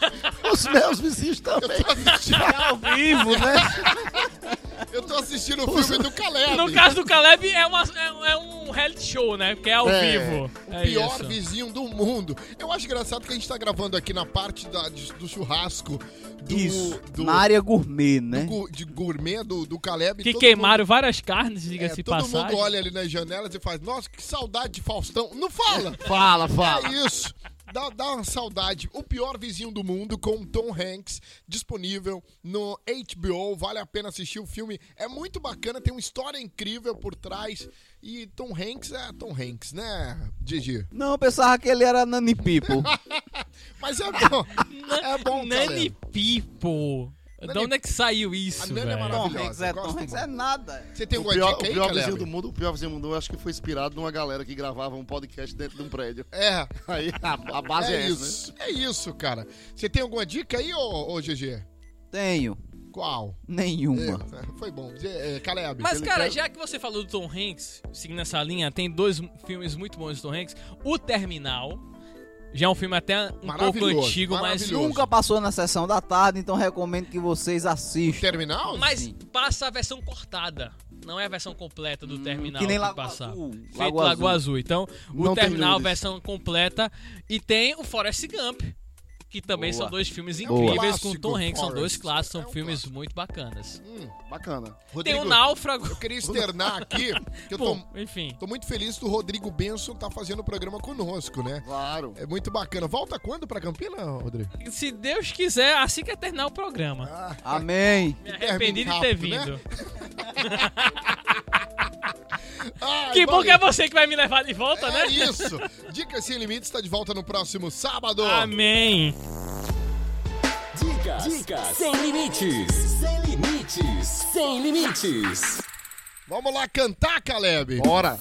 [SPEAKER 4] Os meus vizinhos também. Tá
[SPEAKER 7] Ao vivo, né?
[SPEAKER 3] Eu tô assistindo o filme do Caleb.
[SPEAKER 5] No caso do Caleb, é, uma- é- é um reality show, né? Porque é ao
[SPEAKER 4] É,
[SPEAKER 5] vivo.
[SPEAKER 3] O
[SPEAKER 5] É
[SPEAKER 3] pior
[SPEAKER 5] isso.
[SPEAKER 3] vizinho do mundo. Eu acho engraçado que a gente tá gravando aqui na parte da- de- do churrasco do,
[SPEAKER 7] Isso.
[SPEAKER 3] do-
[SPEAKER 7] Na área gourmet, né?
[SPEAKER 3] gu- de gourmet do, do Caleb.
[SPEAKER 5] Que
[SPEAKER 3] todo
[SPEAKER 5] queimaram várias carnes,
[SPEAKER 3] mundo- é,
[SPEAKER 5] diga-se de
[SPEAKER 3] todo mundo
[SPEAKER 5] passagem.
[SPEAKER 3] olha ali nas janelas e faz, nossa, que saudade de Faustão. Não fala!
[SPEAKER 4] Fala, fala.
[SPEAKER 3] É isso. Dá, dá uma saudade. O pior vizinho do mundo com Tom Hanks disponível no HBO. Vale a pena assistir o filme. É muito bacana, tem uma história incrível por trás. E Tom Hanks é Tom Hanks, né, Gigi?
[SPEAKER 7] Não, eu pensava que ele era Nani People.
[SPEAKER 3] Mas é bom.
[SPEAKER 5] Né?
[SPEAKER 3] é bom,
[SPEAKER 5] Nani
[SPEAKER 3] Nani.
[SPEAKER 5] Pipo. De
[SPEAKER 3] Nani-
[SPEAKER 5] onde é que saiu
[SPEAKER 3] A
[SPEAKER 5] isso,
[SPEAKER 3] Nani é
[SPEAKER 5] velho?
[SPEAKER 7] Tom
[SPEAKER 3] maravilhosa,
[SPEAKER 7] Hanks é
[SPEAKER 3] eu gosto
[SPEAKER 7] Tom Hanks,
[SPEAKER 3] muito.
[SPEAKER 7] é nada.
[SPEAKER 3] Você tem
[SPEAKER 4] O
[SPEAKER 3] alguma
[SPEAKER 4] pior,
[SPEAKER 3] dica
[SPEAKER 4] o
[SPEAKER 3] aí,
[SPEAKER 4] pior
[SPEAKER 3] Caleb?
[SPEAKER 4] vizinho do mundo, o pior vizinho do mundo, eu acho que foi inspirado numa galera que gravava um podcast dentro de um prédio.
[SPEAKER 3] É,
[SPEAKER 4] Aí a, a base é,
[SPEAKER 3] é
[SPEAKER 4] essa,
[SPEAKER 3] isso. É isso, cara. Você tem alguma dica aí, ô, ô Gigi?
[SPEAKER 7] Tenho.
[SPEAKER 3] Qual?
[SPEAKER 7] Nenhuma.
[SPEAKER 3] É, foi bom. É, é, Caleb.
[SPEAKER 5] Mas,
[SPEAKER 4] Ele
[SPEAKER 5] cara,
[SPEAKER 4] quer-
[SPEAKER 5] já que você falou do Tom Hanks, seguindo essa linha, tem dois filmes muito bons do Tom Hanks. O Terminal, já é um filme até um pouco
[SPEAKER 3] Maravilhoso,
[SPEAKER 5] antigo, mas,
[SPEAKER 3] maravilhoso.
[SPEAKER 7] Nunca passou na sessão da tarde, então recomendo que vocês assistam.
[SPEAKER 3] Terminal?
[SPEAKER 5] mas
[SPEAKER 7] Sim.
[SPEAKER 5] passa a versão cortada. Não é a versão completa do Terminal
[SPEAKER 7] Hum, que nem Lagoa
[SPEAKER 5] passava.
[SPEAKER 7] Azul.
[SPEAKER 5] Feito
[SPEAKER 7] Lagoa
[SPEAKER 5] Lagoa,
[SPEAKER 7] Azul.
[SPEAKER 5] Azul. Então, o
[SPEAKER 4] Não tem
[SPEAKER 5] Terminal,
[SPEAKER 4] dúvidas.
[SPEAKER 5] versão completa. E tem o Forrest Gump, que também
[SPEAKER 7] Boa.
[SPEAKER 5] são dois filmes
[SPEAKER 3] um
[SPEAKER 5] incríveis
[SPEAKER 3] clássico,
[SPEAKER 5] com Tom Hanks. São dois
[SPEAKER 3] Forrest.
[SPEAKER 5] clássicos,
[SPEAKER 3] É
[SPEAKER 5] são
[SPEAKER 3] um
[SPEAKER 5] filmes muito bacanas.
[SPEAKER 3] Hum,
[SPEAKER 4] né? Bacana.
[SPEAKER 3] Rodrigo,
[SPEAKER 5] Tem o Náufrago.
[SPEAKER 3] eu queria externar aqui que eu tô,
[SPEAKER 5] Bom, enfim.
[SPEAKER 3] tô muito feliz do Rodrigo Benson tá fazendo o programa conosco, né?
[SPEAKER 4] Claro.
[SPEAKER 3] É muito bacana. Volta quando pra Campina, Rodrigo?
[SPEAKER 5] Se Deus quiser, assim que terminar o programa.
[SPEAKER 7] Amém.
[SPEAKER 5] Me arrependi de ter
[SPEAKER 3] Ah, rápido, né?
[SPEAKER 5] vindo.
[SPEAKER 3] Ai,
[SPEAKER 5] Que bom
[SPEAKER 3] valeu.
[SPEAKER 5] que é você que vai me levar de volta,
[SPEAKER 3] É
[SPEAKER 5] né?
[SPEAKER 3] isso. Dicas Sem Limites está de volta no próximo sábado.
[SPEAKER 5] Amém.
[SPEAKER 1] Dicas, dicas, sem limites, sem limites, sem limites.
[SPEAKER 3] Vamos lá cantar, Caleb.
[SPEAKER 4] Bora.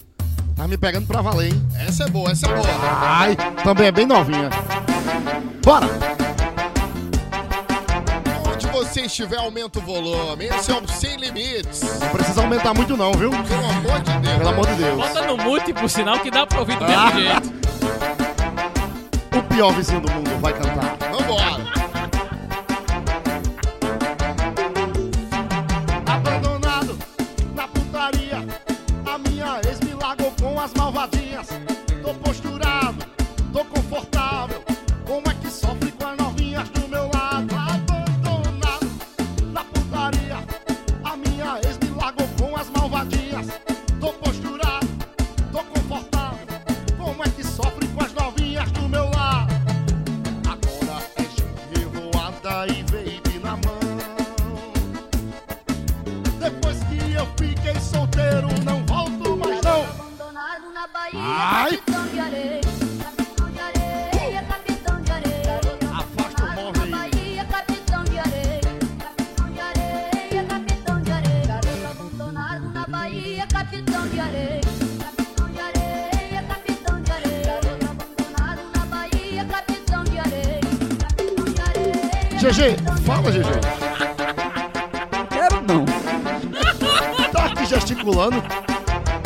[SPEAKER 4] Tá me pegando pra valer, hein?
[SPEAKER 3] Essa é boa, essa é boa.
[SPEAKER 4] Ai, também é bem novinha. Bora.
[SPEAKER 3] Onde você estiver, aumenta o volume. Esse é o Sem Limites.
[SPEAKER 4] Não precisa aumentar muito não, viu?
[SPEAKER 3] Pelo amor de Deus.
[SPEAKER 4] Pelo amor de Deus.
[SPEAKER 5] Bota no mute, por sinal, que dá pra ouvir do
[SPEAKER 3] Ah.
[SPEAKER 5] mesmo jeito.
[SPEAKER 4] O pior vizinho do mundo vai cantar.
[SPEAKER 3] Vambora.
[SPEAKER 4] Abandonado na putaria, a minha ex me largou com as malvadinhas. Tô posturado, tô confortável. Como é que sofre com as novinhas do meu lado? Abandonado na putaria, a minha ex me largou com as malvadinhas. Tô posturado, tô confortável. Como é que sofre com as novinhas do meu lado? Agora é gente revoada e baby na mão. Depois que eu fiquei solteiro, não volto mais não.
[SPEAKER 2] Abandonado na Bahia,
[SPEAKER 4] Ai.
[SPEAKER 2] capitão de areia. Capitão de areia, capitão de areia.
[SPEAKER 4] Afasta o
[SPEAKER 2] Abandonado
[SPEAKER 4] móvel
[SPEAKER 2] na
[SPEAKER 4] aí.
[SPEAKER 2] Bahia, capitão de areia. Capitão de areia, capitão de areia. Abandonado na Bahia, capitão de areia. Capitão de areia, capitão de areia. Abandonado na Bahia, capitão de areia. Capitão de areia. capitão de
[SPEAKER 4] GG, fala
[SPEAKER 2] areia.
[SPEAKER 4] GG.
[SPEAKER 7] Quero não.
[SPEAKER 4] Tá aqui gesticulando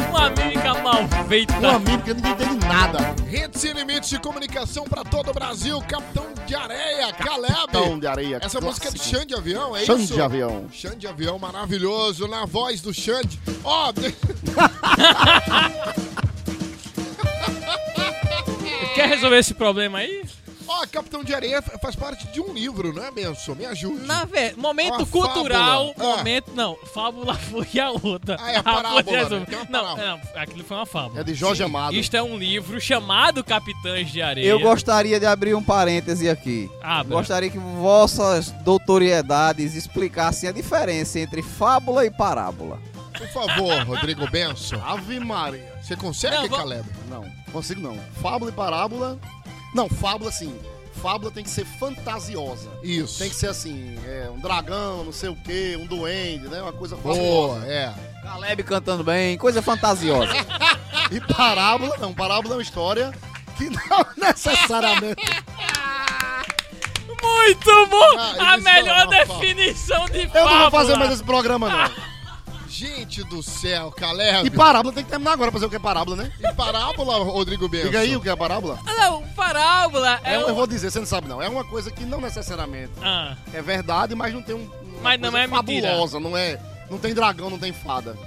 [SPEAKER 5] Uma mímica é mal
[SPEAKER 4] com a
[SPEAKER 3] Um
[SPEAKER 5] feita.
[SPEAKER 4] mim porque ninguém entende nada.
[SPEAKER 3] Rede Sem Limites de comunicação para todo o Brasil. Capitão de Areia, Caleb.
[SPEAKER 4] Tão de areia.
[SPEAKER 3] Essa música é do
[SPEAKER 4] clássico.
[SPEAKER 3] Xande Avião, é
[SPEAKER 4] Xande
[SPEAKER 3] isso?
[SPEAKER 4] de avião.
[SPEAKER 3] Xande Avião maravilhoso, na voz do Xande. Ó, de-
[SPEAKER 5] Quer resolver esse problema aí?
[SPEAKER 3] Ó, Capitão de Areia fa- faz parte de um livro, não é, Benção? Me ajude.
[SPEAKER 5] Na ver... Momento
[SPEAKER 3] Uma
[SPEAKER 5] cultural,
[SPEAKER 3] fábula. Ah.
[SPEAKER 5] momento. Não, fábula foi a outra.
[SPEAKER 3] Ah, é a
[SPEAKER 5] foi
[SPEAKER 3] parábola,
[SPEAKER 5] de Jesus.
[SPEAKER 3] né? Tem uma
[SPEAKER 5] Não,
[SPEAKER 3] parábola.
[SPEAKER 5] não, aquilo foi uma fábula.
[SPEAKER 4] É de Jorge Amado.
[SPEAKER 5] Isto é um livro chamado Capitães de Areia. Ah,
[SPEAKER 7] Eu gostaria de abrir um parêntese aqui.
[SPEAKER 5] Abra.
[SPEAKER 7] Gostaria que vossas doutoriedades explicassem a diferença entre fábula e parábola.
[SPEAKER 3] Por favor, Rodrigo Benção.
[SPEAKER 4] Ave Maria.
[SPEAKER 3] Você consegue,
[SPEAKER 5] Não, vou-
[SPEAKER 3] Caleb?
[SPEAKER 4] Não, consigo não. Fábula e parábola. Não, fábula sim. Fábula tem que ser fantasiosa.
[SPEAKER 3] Isso.
[SPEAKER 4] Tem que ser assim, é, um dragão, não sei o quê, um duende, né? Uma coisa
[SPEAKER 3] Boa,
[SPEAKER 4] fabulosa.
[SPEAKER 3] é.
[SPEAKER 7] Caleb cantando bem, coisa fantasiosa.
[SPEAKER 4] E parábola, não, parábola é uma história que não necessariamente.
[SPEAKER 5] Muito bom!
[SPEAKER 3] Ah,
[SPEAKER 5] a
[SPEAKER 3] eles
[SPEAKER 5] melhor
[SPEAKER 3] falam uma fábula.
[SPEAKER 5] definição de fábula.
[SPEAKER 4] Eu não vou fazer mais esse programa, não.
[SPEAKER 3] Gente do céu, Caleb.
[SPEAKER 4] E parábola tem que terminar agora pra dizer o que é parábola, né?
[SPEAKER 3] E parábola, Rodrigo Benção.
[SPEAKER 4] Diga aí o que é parábola.
[SPEAKER 5] Ah, Não, parábola é,
[SPEAKER 4] É, um-
[SPEAKER 5] um...
[SPEAKER 4] eu vou dizer, você não sabe não. É uma coisa que não necessariamente
[SPEAKER 5] Ah,
[SPEAKER 4] é verdade, mas não tem um. uma
[SPEAKER 5] Mas não
[SPEAKER 4] coisa
[SPEAKER 5] é mentira.
[SPEAKER 4] fabulosa, não é. Não tem dragão, não tem fada.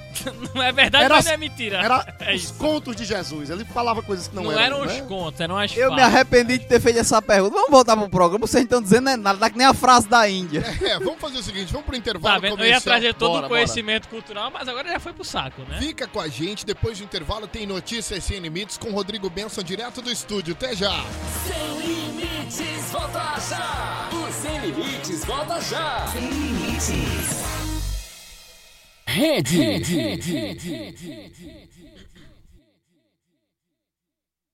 [SPEAKER 5] não é verdade,
[SPEAKER 4] Era-
[SPEAKER 5] mas não é mentira.
[SPEAKER 4] Era
[SPEAKER 5] É
[SPEAKER 4] os
[SPEAKER 5] isso.
[SPEAKER 4] contos de Jesus. Ele falava coisas que não,
[SPEAKER 5] Não, eram os
[SPEAKER 4] né?
[SPEAKER 5] contos, eram as
[SPEAKER 7] Eu me
[SPEAKER 5] fábulas.
[SPEAKER 7] arrependi de ter feito essa pergunta. Vamos voltar pro programa, vocês não estão dizendo é nada, dá que nem a frase da Índia.
[SPEAKER 3] É, vamos fazer o seguinte, vamos pro intervalo
[SPEAKER 5] Tá vendo? Eu
[SPEAKER 3] comercial.
[SPEAKER 5] ia trazer todo
[SPEAKER 4] Bora,
[SPEAKER 5] o conhecimento cultural, mas agora já foi pro saco, né?
[SPEAKER 3] Fica com a gente, depois do intervalo tem notícias sem limites com Rodrigo Benção direto do estúdio. Até já.
[SPEAKER 1] Sem limites, volta já! O Sem Limites, volta já! Sem limites. Rede.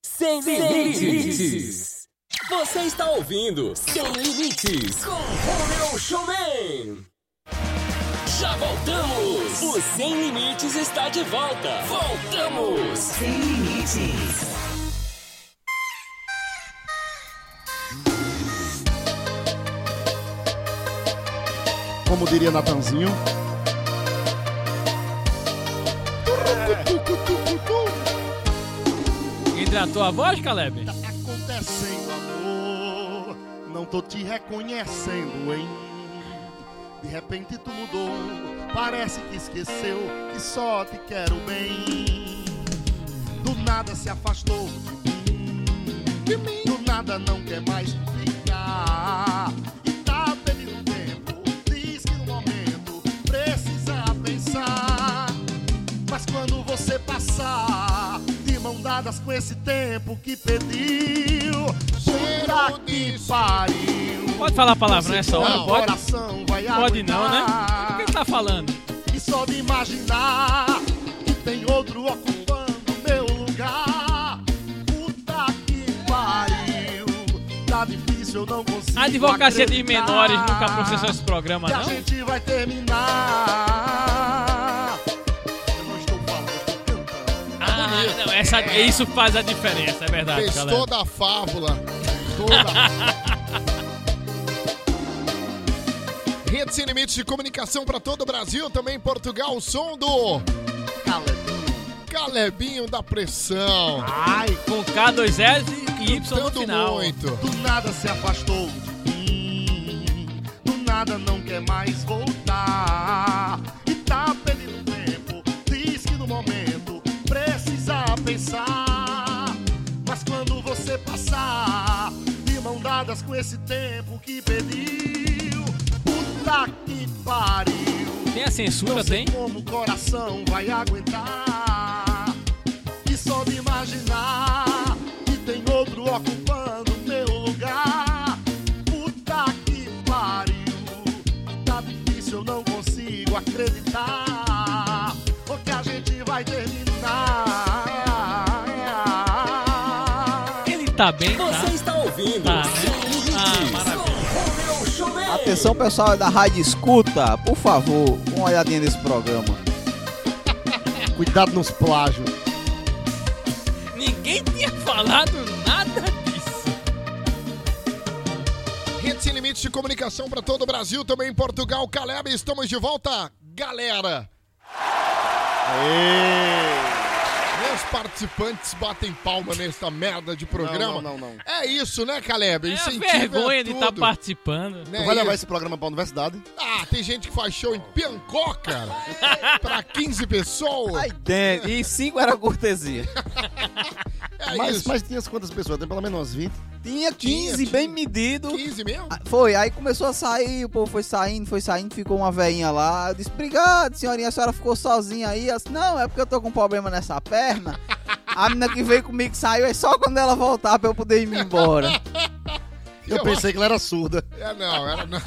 [SPEAKER 1] Sem, limites. Você está ouvindo Sem Limites com Romeu Showman. Já voltamos! O Sem Limites está de volta! Voltamos! Sem Limites.
[SPEAKER 4] Como diria Natanzinho.
[SPEAKER 5] Hidratou a voz, Caleb?
[SPEAKER 4] Tá acontecendo, amor. Não tô te reconhecendo, hein? De repente tu mudou. Parece que esqueceu que só te quero bem. Do nada se afastou de mim. Do nada não quer mais ficar. E tá perdendo tempo. Diz que no momento precisa pensar. Mas quando você passar de mão dadas com esse tempo que pediu, será que pariu?
[SPEAKER 5] Pode falar palavrão nessa hora,
[SPEAKER 4] Não,
[SPEAKER 5] pode?
[SPEAKER 4] coração vai
[SPEAKER 5] Pode não, né? O que
[SPEAKER 4] aguentar.
[SPEAKER 5] ele tá falando?
[SPEAKER 4] E só de imaginar que tem outro ocupando meu lugar. Puta que pariu. Tá difícil, eu não consigo.
[SPEAKER 5] A advocacia de
[SPEAKER 4] acreditar
[SPEAKER 5] menores nunca processou esse programa,
[SPEAKER 4] que a
[SPEAKER 5] não?
[SPEAKER 4] gente vai terminar. Eu não estou falando, eu estou cantando.
[SPEAKER 5] Ah, não, essa, isso faz a diferença, é verdade,
[SPEAKER 3] Fez
[SPEAKER 5] Caleb.
[SPEAKER 3] toda a fábula. Toda. Rede Sem Limites de comunicação para todo o Brasil, também em Portugal. O som do
[SPEAKER 4] Calebinho.
[SPEAKER 3] Calebinho da Pressão.
[SPEAKER 4] Ai,
[SPEAKER 5] Com K2S e Y no
[SPEAKER 3] Cantando
[SPEAKER 5] final.
[SPEAKER 3] muito.
[SPEAKER 4] Do nada se afastou de mim. Do nada não quer mais voltar. E tá perdendo tempo. Diz que no momento precisa pensar. Mas quando você passar, de mão dadas com esse tempo que pediu. Puta que pariu.
[SPEAKER 5] Tem a censura,
[SPEAKER 4] Não sei
[SPEAKER 5] tem?
[SPEAKER 4] como o coração vai aguentar. E só de imaginar que tem outro ocupando meu lugar. Puta que pariu. Tá difícil, eu não consigo acreditar. Porque a gente vai terminar.
[SPEAKER 5] Ele tá bem, tá?
[SPEAKER 1] Você está ouvindo
[SPEAKER 5] Tá.
[SPEAKER 1] Sem Limites
[SPEAKER 5] Ah, maravilha.
[SPEAKER 1] com Romeu Showman.
[SPEAKER 7] Atenção pessoal é da Rádio Escuta, por favor, uma olhadinha nesse programa.
[SPEAKER 4] Cuidado nos plágios.
[SPEAKER 5] Ninguém tinha falado nada disso.
[SPEAKER 3] Rede Sem Limites de comunicação para todo o Brasil, também em Portugal. Caleb, estamos de volta, galera. Meus participantes batem palma nesta merda de programa.
[SPEAKER 4] Não, não, não, não.
[SPEAKER 3] É isso, né, Caleb?
[SPEAKER 5] É a
[SPEAKER 3] Incentiva
[SPEAKER 5] vergonha de tá
[SPEAKER 3] tudo,
[SPEAKER 5] estar participando.
[SPEAKER 3] né?
[SPEAKER 4] Tu vai levar
[SPEAKER 3] Isso.
[SPEAKER 4] esse programa pra universidade?
[SPEAKER 3] Ah, tem gente que faz show em Piancó, cara. pra 15 pessoas.
[SPEAKER 7] Ai, dentro. E cinco era cortesia.
[SPEAKER 3] É
[SPEAKER 4] mas,
[SPEAKER 3] isso. É
[SPEAKER 4] É mas tinha quantas pessoas? Tem pelo menos umas 20.
[SPEAKER 7] Tinha 15,
[SPEAKER 3] Tinha,
[SPEAKER 7] bem medido.
[SPEAKER 3] 15 mesmo?
[SPEAKER 7] Ah, Foi, aí começou a sair, o povo foi saindo, foi saindo, ficou uma veinha lá. Eu disse, obrigado, senhorinha, a senhora ficou sozinha aí. Ela disse, não, é porque eu tô com problema nessa perna. A menina que veio comigo saiu, é só quando ela voltar pra eu poder ir me embora.
[SPEAKER 4] Eu pensei que ela era surda.
[SPEAKER 3] É, não, era não.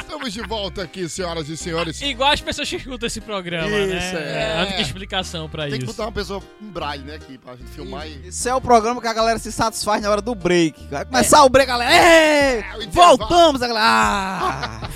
[SPEAKER 3] Estamos de volta aqui, senhoras e senhores.
[SPEAKER 5] Igual as pessoas que escutam esse programa, né?
[SPEAKER 4] Isso,
[SPEAKER 3] é.
[SPEAKER 5] Não tem explicação pra
[SPEAKER 4] Tem que
[SPEAKER 5] isso.
[SPEAKER 4] botar uma pessoa em braille, né, aqui, pra gente filmar e...
[SPEAKER 7] Esse é o programa que a galera se satisfaz na hora do break. Vai começar o break, galera. "Ê,
[SPEAKER 3] É, o intervalo.
[SPEAKER 7] voltamos, a galera. Ah,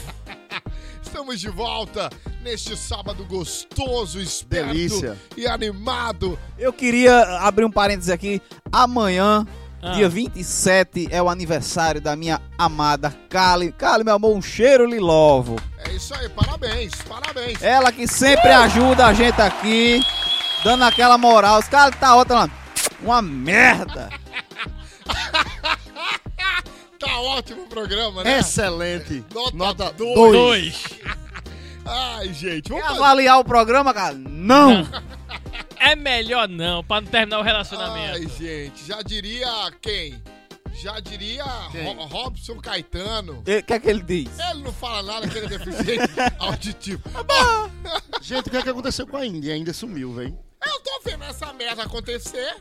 [SPEAKER 3] Estamos de volta neste sábado gostoso, esperto
[SPEAKER 4] Delícia.
[SPEAKER 3] e animado.
[SPEAKER 7] eu queria abrir um parênteses aqui. Amanhã,
[SPEAKER 5] Ah.
[SPEAKER 7] dia 27, é o aniversário da minha amada Kali. Kali, meu amor, um cheiro lhe lovo.
[SPEAKER 3] É isso aí, parabéns, parabéns.
[SPEAKER 4] É.
[SPEAKER 7] Ela que sempre ajuda a gente aqui, dando aquela moral. Os caras tá outra lá. Uma merda!
[SPEAKER 3] Tá ótimo o programa, né?
[SPEAKER 4] Excelente.
[SPEAKER 3] Nota
[SPEAKER 4] É. Nota
[SPEAKER 3] dois.
[SPEAKER 4] 2.
[SPEAKER 5] Dois.
[SPEAKER 3] Ai, gente, vamos
[SPEAKER 7] Quer
[SPEAKER 3] fazer...
[SPEAKER 7] avaliar o programa, cara? Não!
[SPEAKER 5] É melhor não, pra não terminar o
[SPEAKER 3] Ai,
[SPEAKER 5] relacionamento.
[SPEAKER 3] gente, já diria quem? Já diria
[SPEAKER 4] Quem?
[SPEAKER 3] Ro- Robson Caetano.
[SPEAKER 7] E- O que é que ele diz?
[SPEAKER 3] Ele não fala nada que ele é deficiente auditivo.
[SPEAKER 4] Tá Gente, o que é que aconteceu com a Índia? A Índia sumiu, velho.
[SPEAKER 3] Eu tô vendo essa merda acontecer,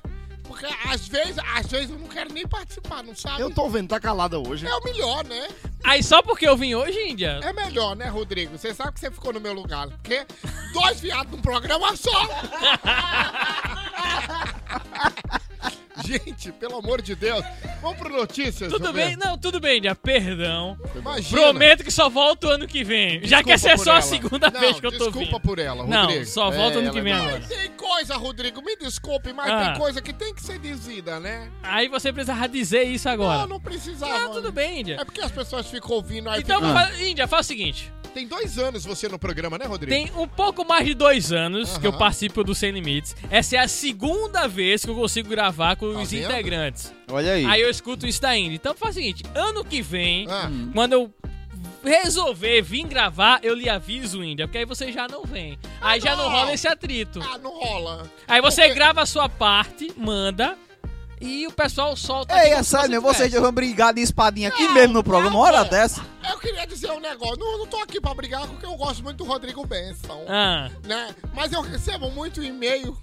[SPEAKER 3] porque às vezes, às vezes eu não quero nem participar, não sabe?
[SPEAKER 4] Eu tô vendo, tá calada hoje.
[SPEAKER 3] É o melhor, né?
[SPEAKER 5] Aí só porque eu vim hoje, Índia?
[SPEAKER 3] É melhor, né, Rodrigo? Você sabe que você ficou no meu lugar, porque dois viados num programa só. Gente, pelo amor de Deus. Vamos pro notícias,
[SPEAKER 5] Tudo bem?
[SPEAKER 3] Roberto.
[SPEAKER 5] Não, tudo bem, Índia. Perdão.
[SPEAKER 3] Imagina.
[SPEAKER 5] Prometo que só volto ano que vem. Já que essa é
[SPEAKER 3] por
[SPEAKER 5] só a
[SPEAKER 3] ela.
[SPEAKER 5] segunda
[SPEAKER 3] Não,
[SPEAKER 5] vez que eu tô
[SPEAKER 3] desculpa
[SPEAKER 5] vindo.
[SPEAKER 3] por ela,
[SPEAKER 5] Não,
[SPEAKER 3] Rodrigo.
[SPEAKER 5] só volto ano que vem agora.
[SPEAKER 3] Mas tem coisa, Rodrigo, me desculpe, mas
[SPEAKER 5] Ah.
[SPEAKER 3] tem coisa que tem que ser dizida, né?
[SPEAKER 5] Aí você precisava dizer isso agora.
[SPEAKER 3] Não, não precisava.
[SPEAKER 5] Ah, tudo bem, Índia.
[SPEAKER 3] É porque as pessoas ficam ouvindo aí.
[SPEAKER 5] Então,
[SPEAKER 3] fica-
[SPEAKER 5] fa- Índia, faz o seguinte.
[SPEAKER 3] Tem dois anos você no programa, né, Rodrigo?
[SPEAKER 5] Tem um pouco mais de dois anos que eu
[SPEAKER 3] Aham.
[SPEAKER 5] participo do Sem Limites. Essa é a segunda vez que eu consigo gravar com
[SPEAKER 3] Tá
[SPEAKER 5] os
[SPEAKER 3] vendo?
[SPEAKER 5] integrantes.
[SPEAKER 7] Olha aí.
[SPEAKER 5] Aí eu escuto isso da Índia. Então faz o seguinte, ano que vem,
[SPEAKER 3] Ah,
[SPEAKER 5] quando eu resolver vir gravar, eu lhe aviso, Índia, porque aí você já não vem. Aí já não
[SPEAKER 3] não.
[SPEAKER 5] rola esse atrito.
[SPEAKER 3] ah, não rola.
[SPEAKER 5] Aí você
[SPEAKER 3] porque-
[SPEAKER 5] grava a sua parte, manda, e o pessoal solta... aqui
[SPEAKER 7] Ei, é
[SPEAKER 5] como se
[SPEAKER 7] sério,
[SPEAKER 5] você
[SPEAKER 7] meu, vocês
[SPEAKER 5] tivesse.
[SPEAKER 7] já vão brigar de espadinha aqui mesmo no programa, uma hora dessa.
[SPEAKER 3] Eu queria dizer um negócio. Não, não tô aqui pra brigar, porque eu gosto muito do Rodrigo Benção.
[SPEAKER 5] Ah.
[SPEAKER 3] Né? Mas eu recebo muito e-mail.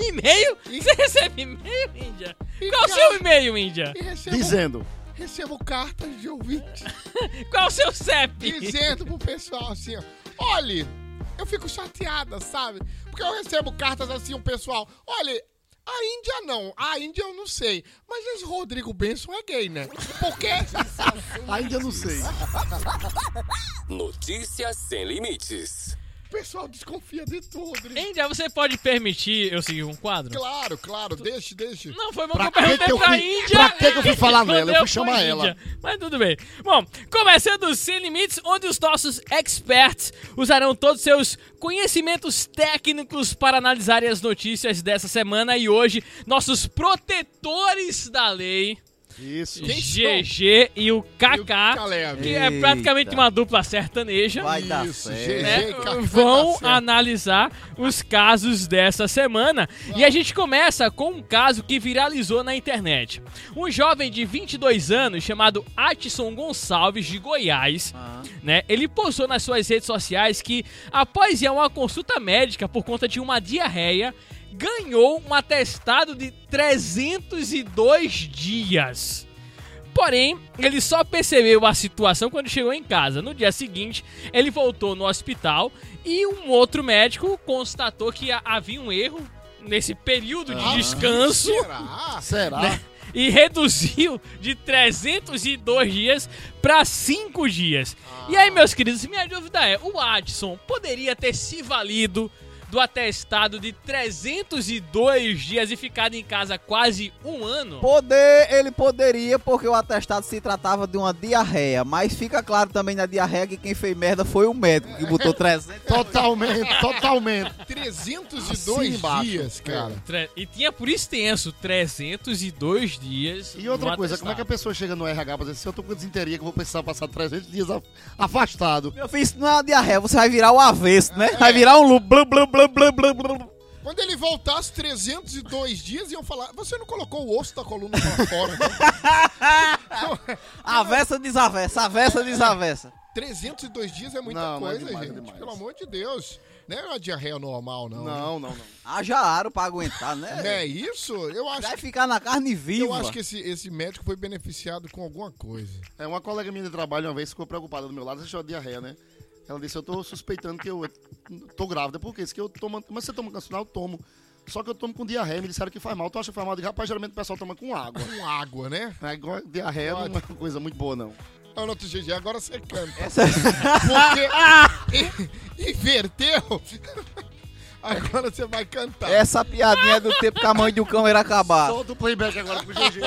[SPEAKER 5] E-mail?
[SPEAKER 3] E-
[SPEAKER 5] Você recebe e-mail, Índia?
[SPEAKER 3] E
[SPEAKER 5] Qual o
[SPEAKER 3] cara-
[SPEAKER 5] seu e-mail, Índia?
[SPEAKER 3] E recebo,
[SPEAKER 4] Dizendo.
[SPEAKER 3] recebo cartas de ouvinte
[SPEAKER 5] Qual o seu CEP?
[SPEAKER 3] dizendo pro pessoal assim, ó. Olha, eu fico chateada, sabe? Porque eu recebo cartas assim, o pessoal, olha... A Índia não, a Índia eu não sei. Mas esse Rodrigo Benson é gay, né? Porque.
[SPEAKER 4] A Índia não sei.
[SPEAKER 1] Notícias sem limites.
[SPEAKER 3] O pessoal desconfia de tudo. né?
[SPEAKER 5] Índia, você pode permitir eu seguir um quadro?
[SPEAKER 3] Claro, claro, deixe, deixe.
[SPEAKER 5] Não, foi bom que
[SPEAKER 4] Pra
[SPEAKER 5] eu
[SPEAKER 4] que
[SPEAKER 5] perguntei
[SPEAKER 4] que eu
[SPEAKER 5] pra
[SPEAKER 4] fui-
[SPEAKER 5] Índia.
[SPEAKER 4] pra que que eu fui falar
[SPEAKER 5] Respondeu,
[SPEAKER 4] nela? Eu
[SPEAKER 5] foi
[SPEAKER 4] fui chamar ela.
[SPEAKER 5] Índia. Mas tudo bem. Bom, começando o Sem Limites, onde os nossos experts usarão todos seus conhecimentos técnicos para analisarem as notícias dessa semana e hoje, nossos protetores da lei,
[SPEAKER 4] Isso.
[SPEAKER 3] Quem
[SPEAKER 5] GG e o
[SPEAKER 3] E o
[SPEAKER 5] KK,
[SPEAKER 3] Caleb?
[SPEAKER 5] que é praticamente
[SPEAKER 7] Eita.
[SPEAKER 5] uma dupla sertaneja.
[SPEAKER 7] Vai dar
[SPEAKER 3] Isso,
[SPEAKER 7] certo.
[SPEAKER 3] GG.
[SPEAKER 5] né,
[SPEAKER 3] Café
[SPEAKER 5] vão
[SPEAKER 3] tá certo.
[SPEAKER 5] analisar os casos dessa semana. E a gente começa com um caso que viralizou na internet. Um jovem de 22 anos chamado Atson Gonçalves de Goiás, né? Ele postou nas suas redes sociais que após ir a uma consulta médica por conta de uma diarreia, ganhou um atestado de 302 dias. Porém, ele só percebeu a situação quando chegou em casa. No dia seguinte, ele voltou no hospital e um outro médico constatou que ha- havia um erro nesse período
[SPEAKER 3] Ah.
[SPEAKER 5] de descanso
[SPEAKER 3] Será?
[SPEAKER 4] Será?
[SPEAKER 5] e reduziu de 302 dias para 5 dias. E aí, meus queridos, minha dúvida é: o Adson poderia ter se valido do atestado de 302 dias e ficado em casa quase um ano?
[SPEAKER 7] Poder, ele poderia, porque o atestado se tratava de uma diarreia. Mas fica claro também na diarreia que quem fez merda foi o médico, que botou 300.
[SPEAKER 4] Totalmente, totalmente.
[SPEAKER 3] 302
[SPEAKER 4] Assim embaixo. É.
[SPEAKER 3] dias, cara.
[SPEAKER 5] Tre- E tinha por extenso 302 dias.
[SPEAKER 4] E outra
[SPEAKER 5] no
[SPEAKER 4] coisa, como é que a
[SPEAKER 5] atestado.
[SPEAKER 4] pessoa chega no RH pra dizer se eu tô com desinteria que eu vou precisar passar 300 dias af- afastado?
[SPEAKER 7] Meu filho, isso não é uma diarreia, você vai virar o avesso, né? Vai virar um loop. Blum, blum, blum, blum, blum, blum.
[SPEAKER 3] Quando ele voltasse 302 dias, iam falar: Você não colocou o osso da coluna pra fora? né?"
[SPEAKER 7] Avessa, desavessa, avessa, desavessa.
[SPEAKER 3] 302 dias é muita
[SPEAKER 4] Não, não é
[SPEAKER 3] coisa,
[SPEAKER 4] demais, é
[SPEAKER 3] gente.
[SPEAKER 4] demais.
[SPEAKER 3] Pelo amor de Deus. Não é uma diarreia normal, não. né?
[SPEAKER 4] Não, né? não, não.
[SPEAKER 7] Haja aro pra aguentar,
[SPEAKER 3] Não
[SPEAKER 7] né?
[SPEAKER 3] é isso? Eu acho
[SPEAKER 4] Tá
[SPEAKER 7] Vai ficar na carne viva.
[SPEAKER 3] Eu acho que esse, esse médico foi beneficiado com alguma coisa.
[SPEAKER 4] É, uma colega minha de trabalho uma vez ficou preocupada do meu lado, achou a diarreia, né? Ela disse, eu tô suspeitando que eu tô grávida, por quê? Disse que eu tomo, mas você toma cancional? Eu tomo. Só que eu tomo com diarreia, me disseram que faz mal. Tu acha que faz mal? Eu digo, rapaz, geralmente o pessoal toma com água.
[SPEAKER 3] Com água, né?
[SPEAKER 4] Agora, diarreia não é uma coisa muito boa, não.
[SPEAKER 3] Ah, não, tu, GG, agora você canta.
[SPEAKER 7] Essa-
[SPEAKER 3] Porque in- inverteu. Agora você vai cantar.
[SPEAKER 7] Essa piadinha é do tempo que a mãe do cão era acabar.
[SPEAKER 4] Solta o playback agora pro GG.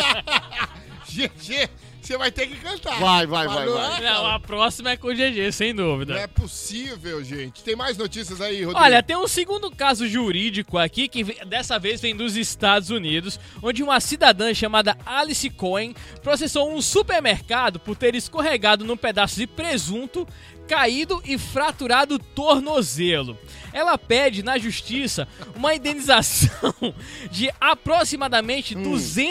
[SPEAKER 3] GG, você vai ter que cantar.
[SPEAKER 4] Vai, vai, vai,
[SPEAKER 3] Falou,
[SPEAKER 4] vai.
[SPEAKER 3] ah,
[SPEAKER 5] Não, a próxima é com o GG, sem dúvida.
[SPEAKER 3] Não é possível, gente. Tem mais notícias aí, Rodrigo?
[SPEAKER 5] Olha, tem um segundo caso jurídico aqui, que vem- dessa vez vem dos Estados Unidos, onde uma cidadã chamada Alice Cohen processou um supermercado por ter escorregado num pedaço de presunto, caído e fraturado o tornozelo. Ela pede na justiça uma indenização de aproximadamente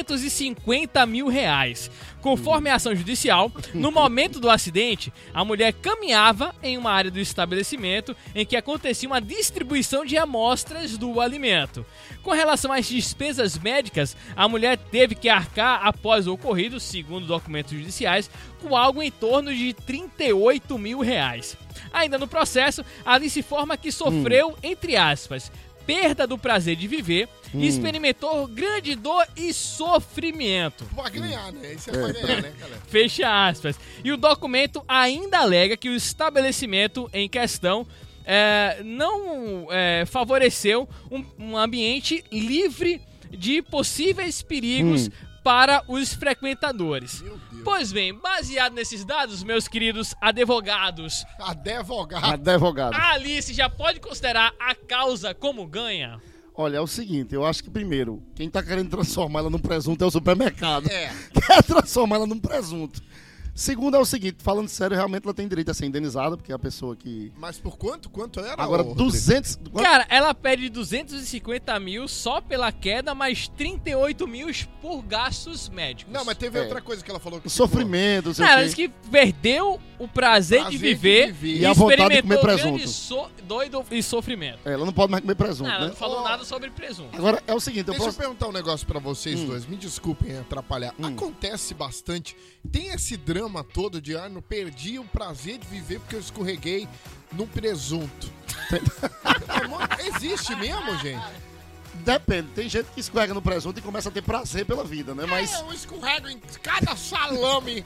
[SPEAKER 5] 250 mil reais. Conforme a ação judicial, no momento do acidente, a mulher caminhava em uma área do estabelecimento em que acontecia uma distribuição de amostras do alimento. Com relação às despesas médicas, a mulher teve que arcar após o ocorrido, segundo documentos judiciais, com algo em torno de 38 mil reais. Ainda no processo, Alice informa que sofreu, entre aspas, perda do prazer de viver e experimentou grande dor e sofrimento.
[SPEAKER 3] Pra ganhar, né? Isso é pra ganhar, né, galera?
[SPEAKER 5] Fecha aspas. E o documento ainda alega que o estabelecimento em questão é, não é, favoreceu um, um ambiente livre de possíveis
[SPEAKER 3] Hum.
[SPEAKER 5] perigos para os frequentadores. Pois bem, baseado nesses dados, meus queridos advogados,
[SPEAKER 3] Advogado.
[SPEAKER 4] Advogado.
[SPEAKER 5] a Alice já pode considerar a causa como ganha?
[SPEAKER 4] Olha, é o seguinte, eu acho que primeiro, quem tá querendo transformar ela num presunto é o supermercado.
[SPEAKER 3] É.
[SPEAKER 4] Quer transformar ela num presunto. Segundo é o seguinte, falando sério, realmente ela tem direito a ser indenizada, porque é a pessoa que...
[SPEAKER 3] Mas por quanto? Quanto era?
[SPEAKER 4] Agora,
[SPEAKER 3] Ah, ô,
[SPEAKER 4] 200...
[SPEAKER 5] Cara, ela pede 250 mil só pela queda, mas 38 mil por gastos médicos.
[SPEAKER 3] Não, mas teve
[SPEAKER 4] É.
[SPEAKER 3] outra coisa que ela falou. Que
[SPEAKER 4] Sofrimento, sei
[SPEAKER 5] Não, ela
[SPEAKER 4] o
[SPEAKER 5] disse
[SPEAKER 4] quê.
[SPEAKER 5] que perdeu o prazer,
[SPEAKER 3] Prazer
[SPEAKER 5] de
[SPEAKER 3] de
[SPEAKER 5] viver,
[SPEAKER 3] viver.
[SPEAKER 4] E a vontade de
[SPEAKER 5] experimentou
[SPEAKER 4] comer presunto.
[SPEAKER 5] grande so- doido e sofrimento.
[SPEAKER 4] É, Ela não pode mais comer
[SPEAKER 5] Não,
[SPEAKER 4] presunto,
[SPEAKER 5] ela
[SPEAKER 4] né?
[SPEAKER 5] não falou
[SPEAKER 3] Oh.
[SPEAKER 5] nada sobre presunto.
[SPEAKER 4] Agora, é o seguinte, eu
[SPEAKER 3] Deixa
[SPEAKER 4] posso...
[SPEAKER 3] eu perguntar um negócio pra vocês dois, me desculpem atrapalhar. Acontece bastante. Tem esse drama todo de ano, perdi o prazer de viver porque eu escorreguei num presunto. É mo- Existe mesmo, gente?
[SPEAKER 4] Depende, tem gente que escorrega no presunto e começa a ter prazer pela vida, né? Mas...
[SPEAKER 3] É, eu escorrego em cada salame.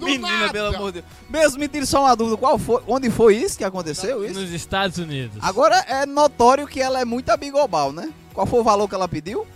[SPEAKER 3] Do
[SPEAKER 7] Menina,
[SPEAKER 3] nada.
[SPEAKER 7] pelo amor de Deus. Mesmo me tire só uma dúvida, qual foi, onde foi isso que aconteceu? Isso?
[SPEAKER 5] Nos Estados Unidos.
[SPEAKER 7] Agora é notório que ela é muito abigobal, né? Qual foi o valor que ela pediu?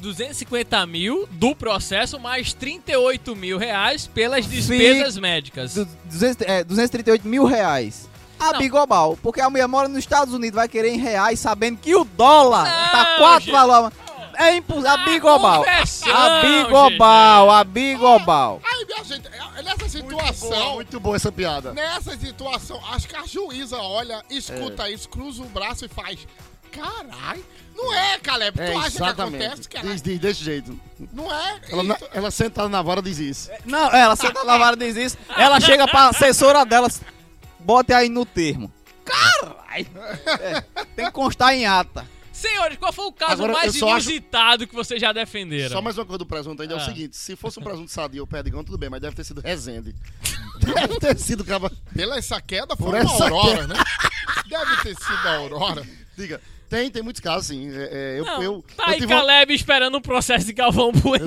[SPEAKER 5] 250 mil do processo, mais 38 mil reais pelas despesas médicas.
[SPEAKER 7] Du- 200, é, 238 mil reais. Abigobal, porque a mulher mora nos Estados Unidos, vai querer em reais, sabendo que o dólar
[SPEAKER 5] Não,
[SPEAKER 7] tá quatro
[SPEAKER 5] gente. Tá
[SPEAKER 7] valores. É impossível. Abigobal.
[SPEAKER 5] conversão,
[SPEAKER 7] Abigobal, abigobal.
[SPEAKER 3] Ai, minha gente, é- nessa
[SPEAKER 4] Muito boa,
[SPEAKER 3] situação.
[SPEAKER 4] muito boa essa piada.
[SPEAKER 3] Nessa situação, acho que a juíza olha, escuta
[SPEAKER 4] É.
[SPEAKER 3] isso, cruza o braço e faz. Carai! Não é, Caleb? Tu
[SPEAKER 4] É,
[SPEAKER 3] acha que
[SPEAKER 4] exatamente.
[SPEAKER 3] acontece, cara?
[SPEAKER 4] diz, diz desse jeito.
[SPEAKER 3] Não é?
[SPEAKER 4] Ela, na- ela sentada na vara diz isso.
[SPEAKER 7] Não, ela senta na vara diz isso, ela chega pra assessora dela, bota aí no termo. Caralho! É, tem que constar em ata.
[SPEAKER 5] Senhores, qual foi o caso
[SPEAKER 4] Agora,
[SPEAKER 5] mais
[SPEAKER 4] eu só acho-
[SPEAKER 5] inusitado que vocês já defenderam?
[SPEAKER 4] Só mais uma coisa do presunto ainda é
[SPEAKER 5] Ah.
[SPEAKER 4] o seguinte: se fosse um presunto sadio ou perdigão, tudo bem, mas deve ter sido Rezende. deve ter sido cava.
[SPEAKER 3] Pela essa queda foi
[SPEAKER 4] Por
[SPEAKER 3] uma
[SPEAKER 4] essa
[SPEAKER 3] aurora, né? Deve ter sido a aurora.
[SPEAKER 4] Diga, tem, tem muitos casos, sim. É, é, eu,
[SPEAKER 5] Não,
[SPEAKER 4] eu,
[SPEAKER 5] tá
[SPEAKER 4] eu
[SPEAKER 5] aí
[SPEAKER 4] tive uma-
[SPEAKER 5] Caleb esperando o processo de Galvão Bueno.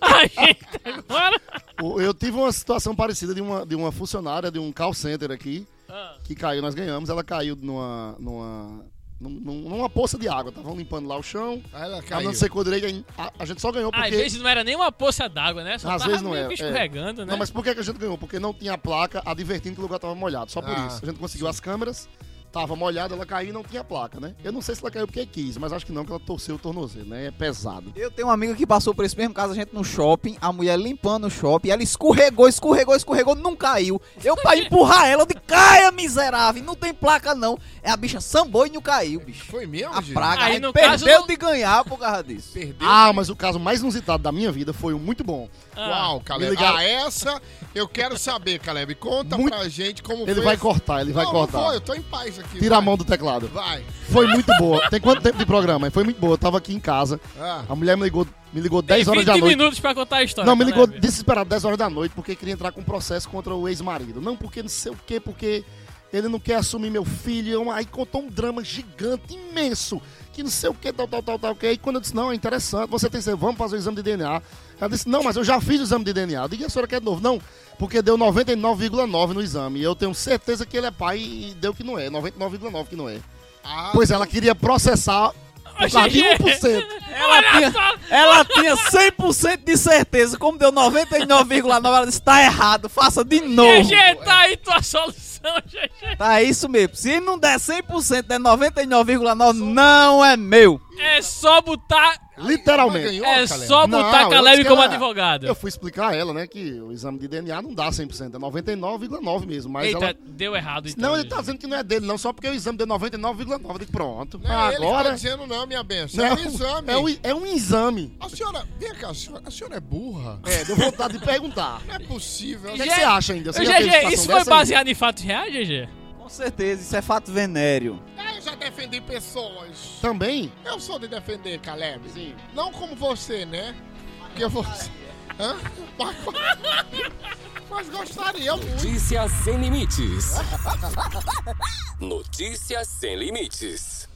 [SPEAKER 5] A gente agora...
[SPEAKER 4] eu- eu tive uma situação parecida de uma, de uma funcionária de um call center aqui.
[SPEAKER 5] Ah,
[SPEAKER 4] que caiu, nós ganhamos. Ela caiu numa. numa. num- num- numa poça de água. Estavam limpando lá o chão.
[SPEAKER 3] Aí ela
[SPEAKER 4] Ela
[SPEAKER 3] caiu.
[SPEAKER 4] não secou direito. aí A, a gente só ganhou porque.
[SPEAKER 5] Às vezes não era nem uma poça d'água, né? Só
[SPEAKER 4] Às
[SPEAKER 5] tava
[SPEAKER 4] vezes não
[SPEAKER 5] meio
[SPEAKER 4] é,
[SPEAKER 5] que
[SPEAKER 4] é.
[SPEAKER 5] escorregando, né?
[SPEAKER 4] Não, mas por que que a gente ganhou? Porque não tinha placa advertindo que o lugar estava molhado. Só por
[SPEAKER 3] Ah,
[SPEAKER 4] isso. A gente conseguiu as câmeras, Tava molhada, ela caiu e não tinha placa, né? Eu não sei se ela caiu porque quis, mas acho que não, que ela torceu o tornozelo, né? É pesado.
[SPEAKER 7] Eu tenho uma amiga que passou por esse mesmo caso, a gente no shopping, a mulher limpando o shopping, ela escorregou, escorregou, escorregou, não caiu. Eu pra empurrar ela, eu disse, caia, miserável, não tem placa não. É a bicha sambou e não caiu, bicho.
[SPEAKER 3] Foi mesmo,
[SPEAKER 7] A
[SPEAKER 3] gente?
[SPEAKER 7] praga,
[SPEAKER 5] Aí,
[SPEAKER 7] aí,
[SPEAKER 5] no
[SPEAKER 7] perdeu
[SPEAKER 5] caso, não-
[SPEAKER 7] de ganhar por causa disso.
[SPEAKER 3] Perdeu.
[SPEAKER 4] Ah, mas o caso mais inusitado da minha vida foi um muito bom.
[SPEAKER 3] Uau,
[SPEAKER 4] Me
[SPEAKER 3] Caleb.
[SPEAKER 4] ligaram.
[SPEAKER 3] Ah, essa eu quero saber, Caleb. Conta
[SPEAKER 4] Muito-
[SPEAKER 3] pra gente como foi.
[SPEAKER 4] Ele vai
[SPEAKER 3] esse-
[SPEAKER 4] cortar, ele vai
[SPEAKER 3] não,
[SPEAKER 4] cortar.
[SPEAKER 3] Não foi, eu tô em paz aqui.
[SPEAKER 4] Tira
[SPEAKER 3] vai.
[SPEAKER 4] a mão do teclado.
[SPEAKER 3] Vai.
[SPEAKER 4] Foi muito boa. Tem quanto tempo de programa? hein? Foi muito boa. Eu tava aqui em casa.
[SPEAKER 3] Ah.
[SPEAKER 4] A mulher me ligou, me ligou
[SPEAKER 5] Tem
[SPEAKER 4] 10 horas
[SPEAKER 5] 20
[SPEAKER 4] da noite.
[SPEAKER 5] minutos pra contar a história.
[SPEAKER 4] Não, me
[SPEAKER 5] tá,
[SPEAKER 4] ligou
[SPEAKER 5] né?
[SPEAKER 4] desesperado 10 horas da noite porque queria entrar com um processo contra o ex-marido. Não, porque não sei o quê, porque ele não quer assumir meu filho. Aí contou um drama gigante, imenso, que não sei o quê, tal, tal, tal, tal. Que. Aí quando eu disse, não, é interessante, você tem que ser, vamos fazer o exame de DNA. Ela disse, não, mas eu já fiz o exame de DNA. Eu digo, e a senhora quer de novo? Não, porque deu 99,9 no exame. E eu tenho certeza que ele é pai e deu que não é, 99,9 que não é.
[SPEAKER 3] Ah,
[SPEAKER 4] Pois ela queria processar por causa de
[SPEAKER 5] GG.
[SPEAKER 4] 1%.
[SPEAKER 7] Ela tinha, ela tinha 100% de certeza, como deu 99,9, ela disse, tá errado, faça de novo.
[SPEAKER 5] GG, tá aí tua solução, GG.
[SPEAKER 7] Tá isso mesmo, se não der 100%, der 99,9, não é meu.
[SPEAKER 5] É só botar.
[SPEAKER 4] Literalmente.
[SPEAKER 3] Ela ganhou,
[SPEAKER 5] É
[SPEAKER 3] Caleb.
[SPEAKER 5] só
[SPEAKER 4] Não,
[SPEAKER 5] botar
[SPEAKER 4] eu disse
[SPEAKER 5] Caleb
[SPEAKER 4] que
[SPEAKER 5] como
[SPEAKER 4] ela-
[SPEAKER 5] advogado.
[SPEAKER 4] Eu fui explicar a ela, né, que o exame de DNA não dá 100%, é 99,9 mesmo, mas
[SPEAKER 5] Eita,
[SPEAKER 4] ela...
[SPEAKER 5] deu errado então.
[SPEAKER 4] Não, ele
[SPEAKER 5] gente.
[SPEAKER 4] tá dizendo que não é dele, não, só porque o exame deu 99,9, eu digo, pronto.
[SPEAKER 3] Não é ele que tá
[SPEAKER 4] agora...
[SPEAKER 3] dizendo não, minha benção.
[SPEAKER 4] Não,
[SPEAKER 3] é um exame.
[SPEAKER 4] É um, é um exame.
[SPEAKER 3] A senhora... Vem cá, a senhora, a senhora é burra?
[SPEAKER 4] É, deu vontade de perguntar.
[SPEAKER 3] Não é possível.
[SPEAKER 4] O que, é
[SPEAKER 5] Gente,
[SPEAKER 4] que você acha ainda? Você já teve
[SPEAKER 5] GG,
[SPEAKER 4] situação
[SPEAKER 5] isso foi
[SPEAKER 4] dessa aí?
[SPEAKER 5] baseado em fatos reais, GG?
[SPEAKER 7] Com certeza, isso é fato venéreo.
[SPEAKER 3] Ah, eu já defendi pessoas.
[SPEAKER 4] Também?
[SPEAKER 3] Eu sou de defender, Caleb. Sim. Não como você, né? Porque você... Hã? Mas, mas gostaria muito.
[SPEAKER 1] Notícias sem limites. Notícias sem limites.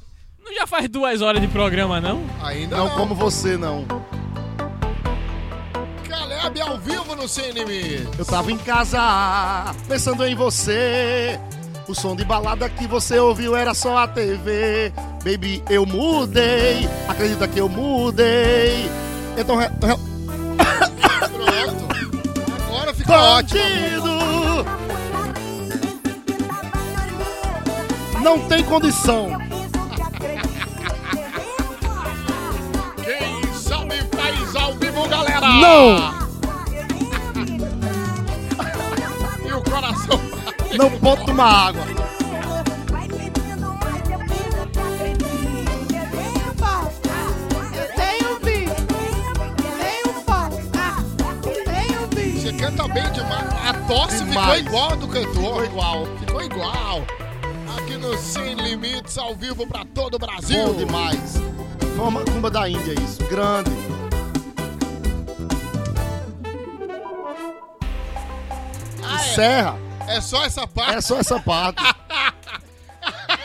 [SPEAKER 5] Não já faz duas horas de programa, não?
[SPEAKER 3] Ainda
[SPEAKER 4] Não, como você, não.
[SPEAKER 3] Caleb é ao vivo no Sem Limites.
[SPEAKER 4] Eu tava em casa, pensando em você. O som de balada que você ouviu era só a TV. Baby, eu mudei. Acredita que eu mudei. Então, re- re-
[SPEAKER 3] Pronto. Agora ficou ótimo.
[SPEAKER 4] bandido não tem condição.
[SPEAKER 3] Quem sabe faz ao vivo, galera.
[SPEAKER 4] Não,
[SPEAKER 3] E o coração...
[SPEAKER 4] não pode tomar água.
[SPEAKER 3] Você canta bem demais. A tosse
[SPEAKER 4] Demais.
[SPEAKER 3] ficou igual a do cantor. Ficou igual. Ficou igual. Aqui no Sem Limites, ao vivo pra todo o Brasil.
[SPEAKER 4] Bom demais. Foi uma macumba da Índia isso, grande. Encerra.
[SPEAKER 3] Ah, É só essa parte.
[SPEAKER 4] É só essa parte.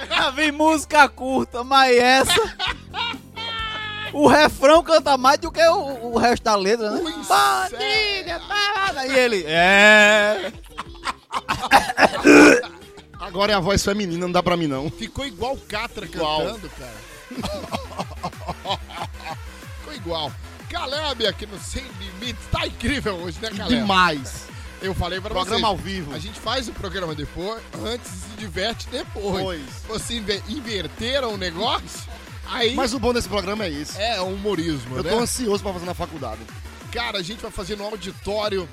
[SPEAKER 7] Já vi música curta, mas essa. O refrão canta mais do que o, o resto da letra, né?
[SPEAKER 3] Ui,
[SPEAKER 7] Bandida, parada. E ele. É.
[SPEAKER 4] Agora é a voz feminina, não dá pra mim não.
[SPEAKER 3] Ficou igual o Catra
[SPEAKER 4] Igual.
[SPEAKER 3] cantando, cara. Ficou igual. Caleb aqui no Sem Limites. Tá incrível hoje, né, Caleb?
[SPEAKER 4] Demais.
[SPEAKER 3] Eu falei pra vocês.
[SPEAKER 4] Programa ao vivo.
[SPEAKER 3] A gente faz o programa depois, antes e se diverte depois.
[SPEAKER 4] Pois.
[SPEAKER 3] Vocês inve- inverteram o negócio, aí
[SPEAKER 4] Mas o bom desse programa é isso.
[SPEAKER 3] é humorismo,
[SPEAKER 4] Eu
[SPEAKER 3] né?
[SPEAKER 4] tô ansioso pra fazer na faculdade.
[SPEAKER 3] Cara, a gente vai fazer no auditório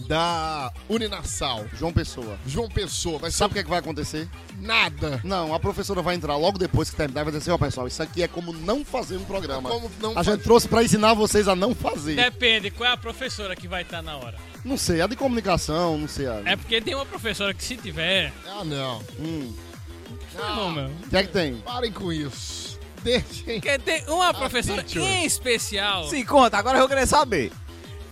[SPEAKER 3] da Uninassal.
[SPEAKER 4] João Pessoa.
[SPEAKER 3] João Pessoa, vai ser
[SPEAKER 4] Sabe o que, é que vai acontecer?
[SPEAKER 3] nada.
[SPEAKER 4] Não, a professora vai entrar logo depois que terminar e vai dizer assim, ó pessoal, isso aqui é como não fazer um programa.
[SPEAKER 3] É Como não
[SPEAKER 4] a
[SPEAKER 3] fazer.
[SPEAKER 4] gente trouxe pra ensinar vocês a não fazer.
[SPEAKER 5] Depende, qual é a professora que vai estar na hora?
[SPEAKER 4] Não sei, a de comunicação, não sei. A...
[SPEAKER 5] É porque tem uma professora que se tiver.
[SPEAKER 3] Ah, não.
[SPEAKER 4] Hum.
[SPEAKER 5] Não, não meu.
[SPEAKER 4] O que é que tem?
[SPEAKER 3] Parem com isso. Deixem.
[SPEAKER 5] Porque tem
[SPEAKER 4] Ah,
[SPEAKER 5] uma professora
[SPEAKER 3] teacher.
[SPEAKER 5] em especial
[SPEAKER 7] Se conta, agora eu queria saber.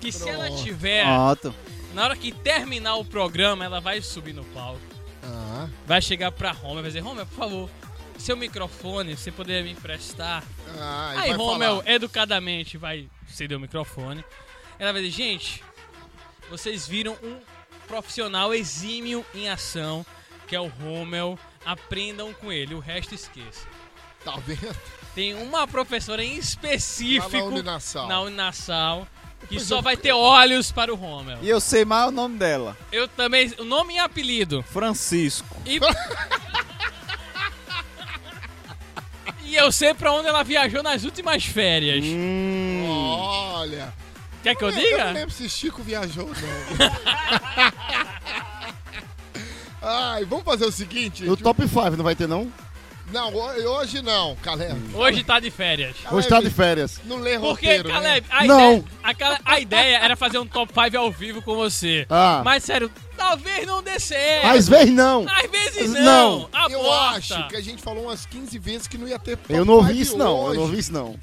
[SPEAKER 5] que se ela tiver,
[SPEAKER 7] Pronto.
[SPEAKER 5] na hora que terminar o programa, ela vai subir no palco.
[SPEAKER 3] Ah,
[SPEAKER 5] Vai chegar pra Homer e vai dizer, Homer, por favor, seu microfone, você poderia me emprestar?
[SPEAKER 3] ah, e
[SPEAKER 5] Aí
[SPEAKER 3] vai
[SPEAKER 5] Romel
[SPEAKER 3] falar.
[SPEAKER 5] educadamente vai ceder o microfone. Ela vai dizer, gente, vocês viram um profissional exímio em ação, que é o Romel. Aprendam com ele, o resto esqueça.
[SPEAKER 3] Tá vendo?
[SPEAKER 5] Tem uma professora em específico
[SPEAKER 3] Lá na Uninassal.
[SPEAKER 5] na Uninassal que
[SPEAKER 3] Pois
[SPEAKER 5] só
[SPEAKER 3] eu-
[SPEAKER 5] vai ter olhos para o Romel.
[SPEAKER 7] E eu sei mais o nome dela.
[SPEAKER 5] Eu também, o nome e apelido.
[SPEAKER 7] Francisco.
[SPEAKER 5] E eu sei pra onde ela viajou nas últimas férias.
[SPEAKER 4] Hum.
[SPEAKER 3] Hum. Olha.
[SPEAKER 5] Quer Hum. que eu
[SPEAKER 3] Eu não
[SPEAKER 5] diga?
[SPEAKER 3] lembro se Chico viajou ou não. Ai, vamos fazer o seguinte.
[SPEAKER 4] No top 5 não vai ter, não?
[SPEAKER 3] Não, ho- hoje não, Caleb.
[SPEAKER 4] Hum.
[SPEAKER 5] Hoje tá de férias.
[SPEAKER 3] Ah,
[SPEAKER 4] Hoje
[SPEAKER 3] é,
[SPEAKER 4] tá de férias.
[SPEAKER 3] Não lê
[SPEAKER 5] Porque,
[SPEAKER 3] roteiro, né?
[SPEAKER 5] Caleb, a,
[SPEAKER 4] Não.
[SPEAKER 5] Ideia, a, Cale- a ideia era fazer um top 5 ao vivo com você.
[SPEAKER 4] Ah.
[SPEAKER 5] Mas sério, talvez não dê
[SPEAKER 3] é.
[SPEAKER 5] certo.
[SPEAKER 4] Às vezes não.
[SPEAKER 5] Às vezes não.
[SPEAKER 4] Não.
[SPEAKER 5] Aposta.
[SPEAKER 3] Eu acho que a gente falou umas 15 vezes que não ia ter
[SPEAKER 4] Eu não ouvi
[SPEAKER 3] papai
[SPEAKER 4] isso, não. Eu
[SPEAKER 3] hoje.
[SPEAKER 4] não ouvi isso, não.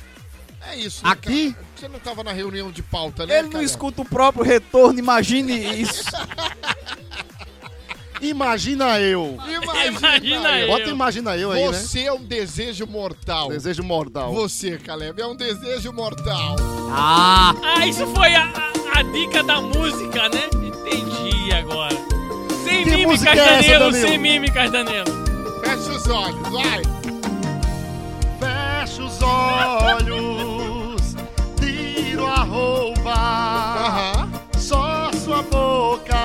[SPEAKER 3] É isso. né,
[SPEAKER 4] Aqui?
[SPEAKER 3] cara? Você não tava na reunião de pauta, né?
[SPEAKER 7] Ele não
[SPEAKER 3] Caleb?
[SPEAKER 7] escuta o próprio retorno, imagine isso.
[SPEAKER 4] Imagina eu.
[SPEAKER 5] Imagina
[SPEAKER 3] Imagina eu.
[SPEAKER 5] eu.
[SPEAKER 4] Bota imagina eu aí, né?
[SPEAKER 3] Você é um desejo mortal.
[SPEAKER 4] Desejo mortal.
[SPEAKER 3] Você, Caleb, é um desejo mortal.
[SPEAKER 5] Ah, isso foi a, a- a dica da música, né? Entendi agora. Sem
[SPEAKER 4] Que
[SPEAKER 5] mímicas,
[SPEAKER 4] música é
[SPEAKER 5] Danilo,
[SPEAKER 4] essa, Danilo?
[SPEAKER 5] sem mímicas, Danilo.
[SPEAKER 3] Fecha os olhos, vai.
[SPEAKER 4] Fecho os olhos, tiro a roupa,
[SPEAKER 3] Aham.
[SPEAKER 4] só sua boca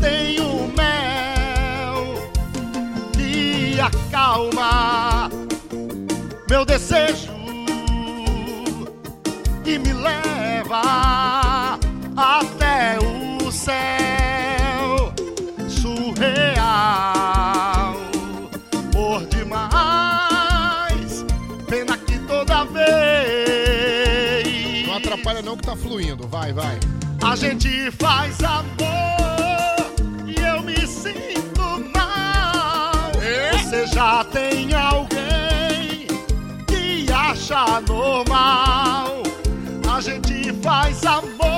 [SPEAKER 4] tem o mel que acalma meu desejo e me leva até o céu surreal. Por demais, pena que toda vez.
[SPEAKER 3] Não atrapalha não que tá fluindo. Vai, vai.
[SPEAKER 4] A gente faz amor e eu me sinto mal. Você já tem alguém que acha normal. A gente faz amor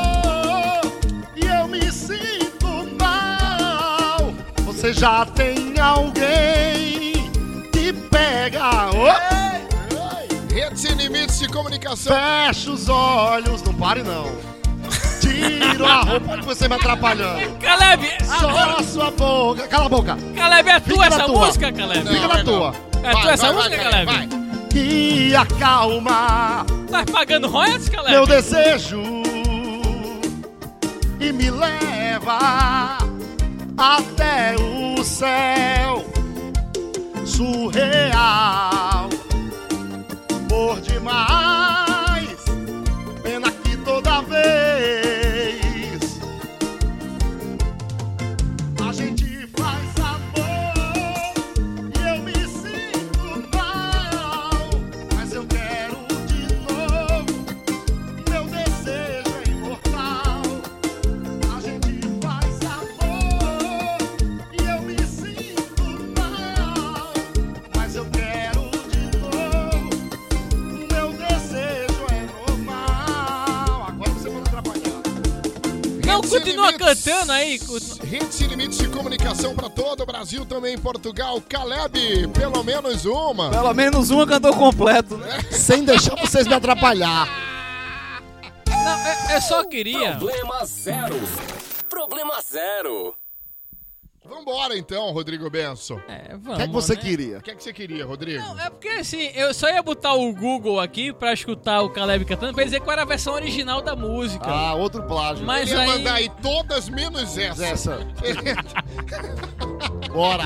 [SPEAKER 4] e eu me sinto mal. Você já tem alguém que pega. Oi!
[SPEAKER 3] Redes sem limites de comunicação.
[SPEAKER 4] Fecha os olhos, não pare não. Tiro a roupa que você me atrapalhando.
[SPEAKER 5] Caleb,
[SPEAKER 4] Só sua boca. Cala a boca.
[SPEAKER 5] Caleb, é tua
[SPEAKER 4] Fica na
[SPEAKER 5] essa
[SPEAKER 4] tua.
[SPEAKER 5] música, Caleb?
[SPEAKER 3] Não,
[SPEAKER 4] Fica na
[SPEAKER 3] é não.
[SPEAKER 4] tua.
[SPEAKER 5] É tua essa música, Caleb?
[SPEAKER 3] Vai.
[SPEAKER 4] Que acalma
[SPEAKER 5] Tá pagando royalties, Caleb?
[SPEAKER 4] meu desejo e me leva até o céu surreal. Por demais, pena que toda vez a gente faz amor e eu me sinto mal, mas eu quero de novo. Meu desejo é imortal. A gente faz amor e eu me sinto mal. Mas eu quero de novo. Meu desejo é normal. Agora você vai trabalhar.
[SPEAKER 5] Não,
[SPEAKER 3] Redes Sem
[SPEAKER 5] continua
[SPEAKER 3] Limites.
[SPEAKER 5] cantando aí. continua-
[SPEAKER 3] Redes sem limites de comunicação pra todo o Brasil, também em Portugal. Caleb, pelo menos uma.
[SPEAKER 7] Pelo menos uma cantou completo, né?
[SPEAKER 4] Sem deixar vocês me atrapalhar.
[SPEAKER 5] Não, eu, eu só queria...
[SPEAKER 1] Problema zero. Problema zero.
[SPEAKER 3] Vambora então, Rodrigo Benson.
[SPEAKER 5] É,
[SPEAKER 4] O
[SPEAKER 5] vamos,
[SPEAKER 4] que é que você
[SPEAKER 5] né?
[SPEAKER 4] queria?
[SPEAKER 3] O que é que você queria, Rodrigo?
[SPEAKER 5] Não, É porque assim, eu só ia botar o Google aqui pra escutar o Caleb cantando pra dizer qual era a versão original da música.
[SPEAKER 4] Ah, outro plágio.
[SPEAKER 5] Mas
[SPEAKER 3] Ele ia
[SPEAKER 5] aí-
[SPEAKER 3] mandar aí todas menos essa.
[SPEAKER 4] Essa. Bora.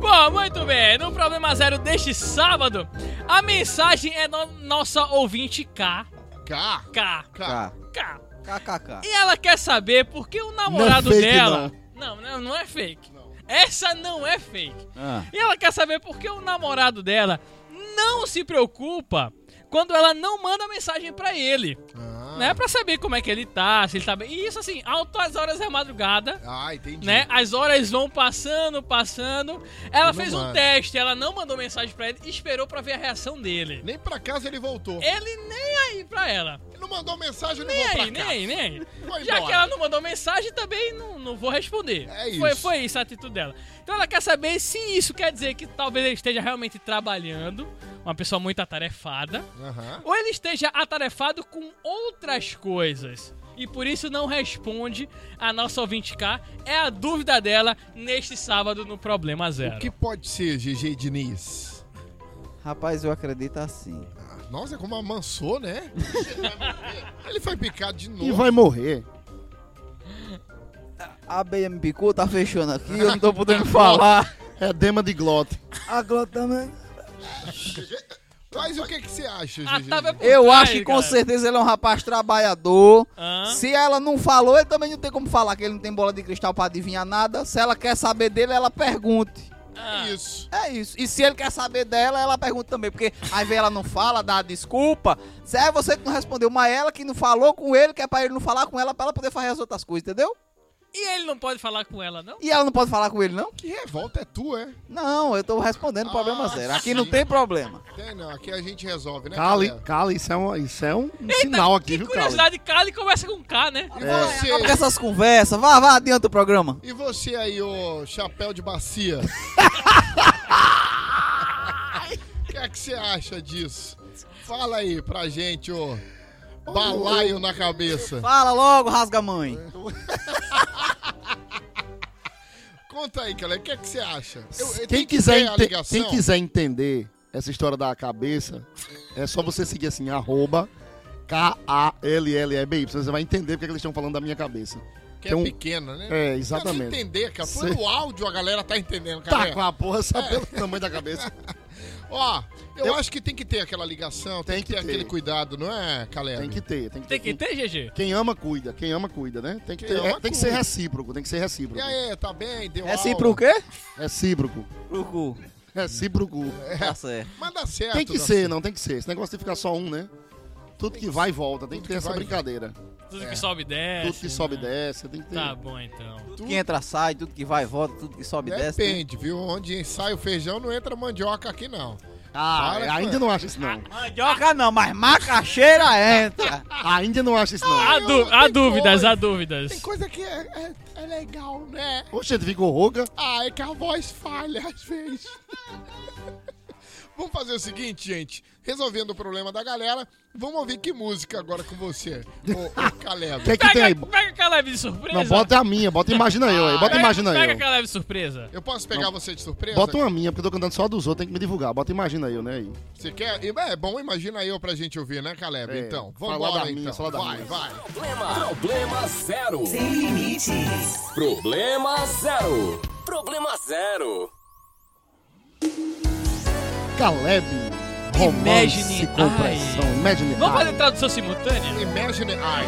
[SPEAKER 5] Bom, muito bem. No Problema Zero deste sábado, a mensagem é no- nossa ouvinte K.
[SPEAKER 3] Cá,
[SPEAKER 5] K.
[SPEAKER 3] cá.
[SPEAKER 5] K.
[SPEAKER 7] KKK.
[SPEAKER 5] E ela quer saber por que o namorado
[SPEAKER 4] Não é fake,
[SPEAKER 5] dela. Não. não, não, é fake. Essa não é fake.
[SPEAKER 4] Ah.
[SPEAKER 5] E ela quer saber por que o namorado dela não se preocupa quando ela não manda mensagem pra ele.
[SPEAKER 3] Ah.
[SPEAKER 5] Né? Pra saber como é que ele tá, se ele tá bem. E isso assim, altas horas da madrugada.
[SPEAKER 3] Ah, entendi.
[SPEAKER 5] Né? As horas vão passando, passando. Ela
[SPEAKER 3] Não
[SPEAKER 5] fez um
[SPEAKER 3] manda.
[SPEAKER 5] teste, ela não mandou mensagem pra ele, esperou pra ver a reação dele.
[SPEAKER 3] Nem pra casa ele voltou.
[SPEAKER 5] Ele nem aí pra ela.
[SPEAKER 3] Ele não mandou mensagem, não
[SPEAKER 5] É. Nem
[SPEAKER 3] vou pra
[SPEAKER 5] aí,
[SPEAKER 3] cá.
[SPEAKER 5] nem aí, nem aí.
[SPEAKER 3] Foi
[SPEAKER 5] Já
[SPEAKER 3] embora.
[SPEAKER 5] que ela não mandou mensagem, também não, não vou responder.
[SPEAKER 3] É
[SPEAKER 5] Foi,
[SPEAKER 3] isso.
[SPEAKER 5] foi isso a atitude dela. Então ela quer saber se isso quer dizer que talvez ele esteja realmente trabalhando, uma pessoa muito atarefada,
[SPEAKER 3] Aham.
[SPEAKER 5] ou ele esteja atarefado com outras coisas. E por isso não responde a nossa ouvinte K. É a dúvida dela neste sábado no Problema Zero.
[SPEAKER 3] O que pode ser, GG Diniz?
[SPEAKER 7] Rapaz, eu acredito assim.
[SPEAKER 3] Nossa, é como amansou, né? ele foi picado de
[SPEAKER 4] E
[SPEAKER 3] novo.
[SPEAKER 4] vai morrer.
[SPEAKER 7] A BM Picu tá fechando aqui, eu não tô podendo falar.
[SPEAKER 4] É dema de glote.
[SPEAKER 7] A Glota também.
[SPEAKER 3] Mas o que, que você acha,
[SPEAKER 5] A
[SPEAKER 3] Gigi?
[SPEAKER 5] Tava é por
[SPEAKER 7] Eu
[SPEAKER 5] trás,
[SPEAKER 7] acho que com
[SPEAKER 5] cara.
[SPEAKER 7] certeza ele é um rapaz trabalhador.
[SPEAKER 5] Hã?
[SPEAKER 7] Se ela não falou, ele também não tem como falar que ele não tem bola de cristal pra adivinhar nada. Se ela quer saber dele, ela pergunte.
[SPEAKER 5] Ah.
[SPEAKER 3] Isso.
[SPEAKER 7] É isso. E se ele quer saber dela, ela pergunta também. Porque às vezes ela não fala, dá desculpa. Se é você que não respondeu, mas ela que não falou com ele, que é pra ele não falar com ela, pra ela poder fazer as outras coisas, entendeu?
[SPEAKER 5] E ele não pode falar com ela, não?
[SPEAKER 7] E ela não pode falar com ele, não?
[SPEAKER 3] Que revolta é tua, é?
[SPEAKER 7] Não, eu tô respondendo problema
[SPEAKER 3] Ah,
[SPEAKER 7] zero. Aqui
[SPEAKER 3] sim.
[SPEAKER 7] não tem problema.
[SPEAKER 3] Tem não, aqui a gente resolve, né?
[SPEAKER 4] Cali,
[SPEAKER 3] galera?
[SPEAKER 4] Cali, isso é um, isso é um sinal aqui,
[SPEAKER 5] Que
[SPEAKER 4] viu, Cali?
[SPEAKER 5] curiosidade, Cali começa com K, né?
[SPEAKER 3] E você?
[SPEAKER 7] Acaba com essas conversas. Vá, vá, adianta o programa.
[SPEAKER 3] E você aí, ô chapéu de bacia? O que é que você acha disso? Fala aí pra gente, ô balaio na cabeça.
[SPEAKER 7] Fala logo, rasga mãe.
[SPEAKER 3] Conta aí, galera, o que é que você acha? Eu- eu
[SPEAKER 4] Quem
[SPEAKER 3] tenho que
[SPEAKER 4] quiser,
[SPEAKER 3] ter a
[SPEAKER 4] ente-
[SPEAKER 3] ligação?
[SPEAKER 4] quem quiser entender essa história da cabeça, é só você seguir assim, arroba K-A-L-L-E-B-Y. Você vai entender porque é que eles estão falando da minha cabeça.
[SPEAKER 3] que é
[SPEAKER 4] tem um-
[SPEAKER 3] pequena, né?
[SPEAKER 4] É,
[SPEAKER 3] Eu
[SPEAKER 4] exatamente.
[SPEAKER 3] não entender, cara. Foi
[SPEAKER 4] Cê-
[SPEAKER 3] no áudio a galera tá entendendo,
[SPEAKER 4] Tá
[SPEAKER 3] cara.
[SPEAKER 4] com a porra sabendo
[SPEAKER 3] É.
[SPEAKER 4] o tamanho da cabeça.
[SPEAKER 3] Ó, eu
[SPEAKER 4] Eu-
[SPEAKER 3] acho que tem que ter aquela ligação,
[SPEAKER 4] Tem
[SPEAKER 3] tem, que ter,
[SPEAKER 4] que ter.
[SPEAKER 3] aquele cuidado, não é, Caleb?
[SPEAKER 4] Tem que ter, tem que
[SPEAKER 5] Tem
[SPEAKER 4] ter.
[SPEAKER 5] que ter, GG.
[SPEAKER 4] Quem ama, cuida. Quem ama, cuida, né? Tem que,
[SPEAKER 3] Quem
[SPEAKER 4] ter, é-
[SPEAKER 3] ama,
[SPEAKER 4] tem que ser
[SPEAKER 3] cuida.
[SPEAKER 4] recíproco, tem que ser
[SPEAKER 3] E
[SPEAKER 4] recíproco.
[SPEAKER 3] aí, Hum. tá bem? Deu
[SPEAKER 7] É sim
[SPEAKER 3] aula?
[SPEAKER 7] pro quê?
[SPEAKER 4] Recíproco.
[SPEAKER 7] Pro cu.
[SPEAKER 4] Recíproco.
[SPEAKER 7] Tá certo.
[SPEAKER 3] Mas dá certo.
[SPEAKER 4] Tem que
[SPEAKER 3] dá
[SPEAKER 4] ser, não, tem que ser. Esse negócio de ficar só um, né? Tudo que vai e volta, tem que ter essa
[SPEAKER 3] vai e
[SPEAKER 4] brincadeira.
[SPEAKER 5] Tudo que sobe e desce.
[SPEAKER 4] É. Tudo que sobe e
[SPEAKER 5] né?
[SPEAKER 4] desce, tem que ter.
[SPEAKER 5] Tá bom, então.
[SPEAKER 7] Tudo que entra, sai, tudo que vai, volta, tudo que sobe,
[SPEAKER 4] né?
[SPEAKER 7] desce. tudo-
[SPEAKER 3] Depende, viu? Onde sai o feijão não entra mandioca aqui, não.
[SPEAKER 4] Ah,
[SPEAKER 3] Para,
[SPEAKER 4] ainda não acho isso, não.
[SPEAKER 7] Mandioca não, mas macaxeira entra.
[SPEAKER 4] Ainda não acho isso, não.
[SPEAKER 5] Há, du-
[SPEAKER 3] tem
[SPEAKER 5] há dúvidas,
[SPEAKER 3] coisa.
[SPEAKER 5] há dúvidas.
[SPEAKER 3] Tem coisa que é, é- é legal, né?
[SPEAKER 4] Oxe, ele ficou rouca.
[SPEAKER 3] Ah, é que a voz falha às vezes. vamos fazer o seguinte, gente. Resolvendo o problema da galera, vamos ouvir que música agora com você, ô, ô Caleb.
[SPEAKER 4] O que é que tem aí?
[SPEAKER 5] Pega, pega Caleb de surpresa.
[SPEAKER 4] Não, bota a minha, bota Imagina Eu aí, bota
[SPEAKER 5] Pega-
[SPEAKER 4] Imagina
[SPEAKER 5] Pega
[SPEAKER 4] Eu.
[SPEAKER 5] Caleb de surpresa.
[SPEAKER 3] Eu posso pegar você de surpresa?
[SPEAKER 4] Bota uma minha, porque eu tô cantando só dos outros, tem que me divulgar. Bota Imagina Eu, né? Aí.
[SPEAKER 3] Você quer? E, É bom, imagina eu pra gente ouvir, né, Caleb?
[SPEAKER 4] É,
[SPEAKER 3] então,
[SPEAKER 4] fala
[SPEAKER 3] vamos lá
[SPEAKER 4] da minha,
[SPEAKER 3] então.
[SPEAKER 4] fala da
[SPEAKER 3] vai,
[SPEAKER 4] minha.
[SPEAKER 3] vai.
[SPEAKER 1] Problema. Problema zero. Sem limites. Problema zero. Problema zero.
[SPEAKER 4] Caleb, romance
[SPEAKER 5] Imagine
[SPEAKER 4] e compressão. Imagine
[SPEAKER 5] Vamos
[SPEAKER 4] Ai.
[SPEAKER 5] fazer tradução simultânea?
[SPEAKER 3] Imagine I.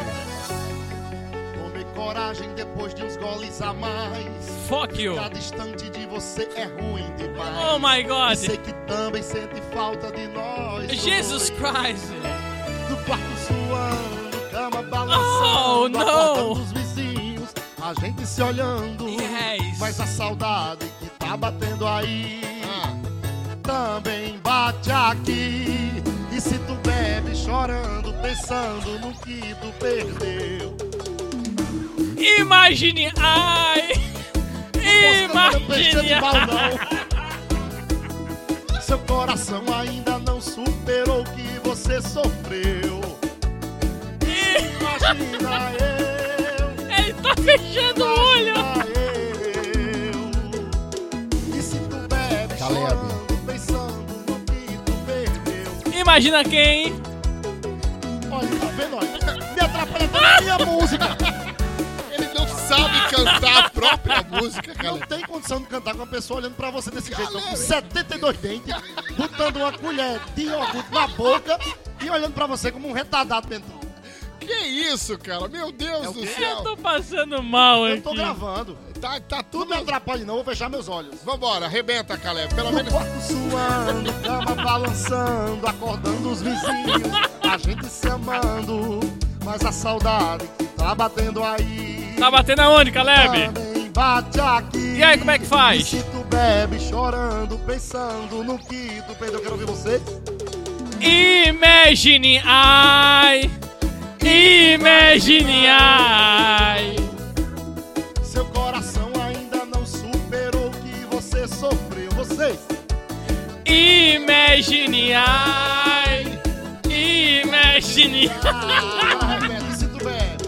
[SPEAKER 4] Tome Ah. coragem depois de uns goles a mais.
[SPEAKER 5] Fuck you.
[SPEAKER 4] Ficar distante de você é ruim demais.
[SPEAKER 5] Oh my
[SPEAKER 4] E
[SPEAKER 5] god.
[SPEAKER 4] sei que também sente falta de nós.
[SPEAKER 5] Jesus
[SPEAKER 4] dois.
[SPEAKER 5] Christ.
[SPEAKER 4] Do quarto suando, cama balançando,
[SPEAKER 5] Oh, não.
[SPEAKER 4] acordando os vizinhos, a gente se olhando.
[SPEAKER 5] Yes.
[SPEAKER 4] Mas a saudade que tá batendo aí
[SPEAKER 3] Ah,
[SPEAKER 4] também bate aqui. E se tu bebe chorando, pensando no que tu perdeu.
[SPEAKER 5] Imagine. Ai.
[SPEAKER 4] Imagine
[SPEAKER 5] Imagine.
[SPEAKER 4] Seu coração ainda não superou o que você sofreu. Imagina eu,
[SPEAKER 5] Ele tá fechando o olho.
[SPEAKER 4] imagina eu. E se tu bebe
[SPEAKER 3] Caleb.
[SPEAKER 4] chorando, pensando no que tu perdeu.
[SPEAKER 5] Imagina quem?
[SPEAKER 4] Olha, tá vendo? Olha, me atrapalha até a minha música.
[SPEAKER 3] ele não sabe cantar a própria música,
[SPEAKER 4] Não
[SPEAKER 3] Caleb.
[SPEAKER 4] tem condição de cantar com uma pessoa olhando pra você desse jeito. não. Com 72 dentes, botando uma colher de iogurte na boca e olhando pra você como um retardado mental.
[SPEAKER 3] Que isso, cara? Meu
[SPEAKER 7] É
[SPEAKER 3] Deus do
[SPEAKER 5] Eu
[SPEAKER 3] céu.
[SPEAKER 5] tô passando mal
[SPEAKER 4] Eu tô
[SPEAKER 5] aqui.
[SPEAKER 4] gravando.
[SPEAKER 3] Tá, tá
[SPEAKER 4] Tu
[SPEAKER 3] tudo.
[SPEAKER 4] me atrapalha não, eu vou fechar meus olhos.
[SPEAKER 3] Vambora, arrebenta, Caleb.
[SPEAKER 5] Tá
[SPEAKER 3] Pelo
[SPEAKER 4] No
[SPEAKER 3] menos.
[SPEAKER 4] quarto suando, cama balançando, acordando os vizinhos, a gente se amando, mas a saudade que tá batendo aí.
[SPEAKER 5] Tá batendo aonde,
[SPEAKER 4] Tá.
[SPEAKER 5] Caleb?
[SPEAKER 4] também bate aqui.
[SPEAKER 5] E aí, como é que faz?
[SPEAKER 4] E se tu bebe chorando, pensando no que tu perdeu, eu quero ouvir você.
[SPEAKER 5] Imagine I. Imagine I.
[SPEAKER 4] Seu coração ainda não superou o que você sofreu. Você
[SPEAKER 5] Imagine I. Imagine
[SPEAKER 4] bebe, ah, se tu bebe,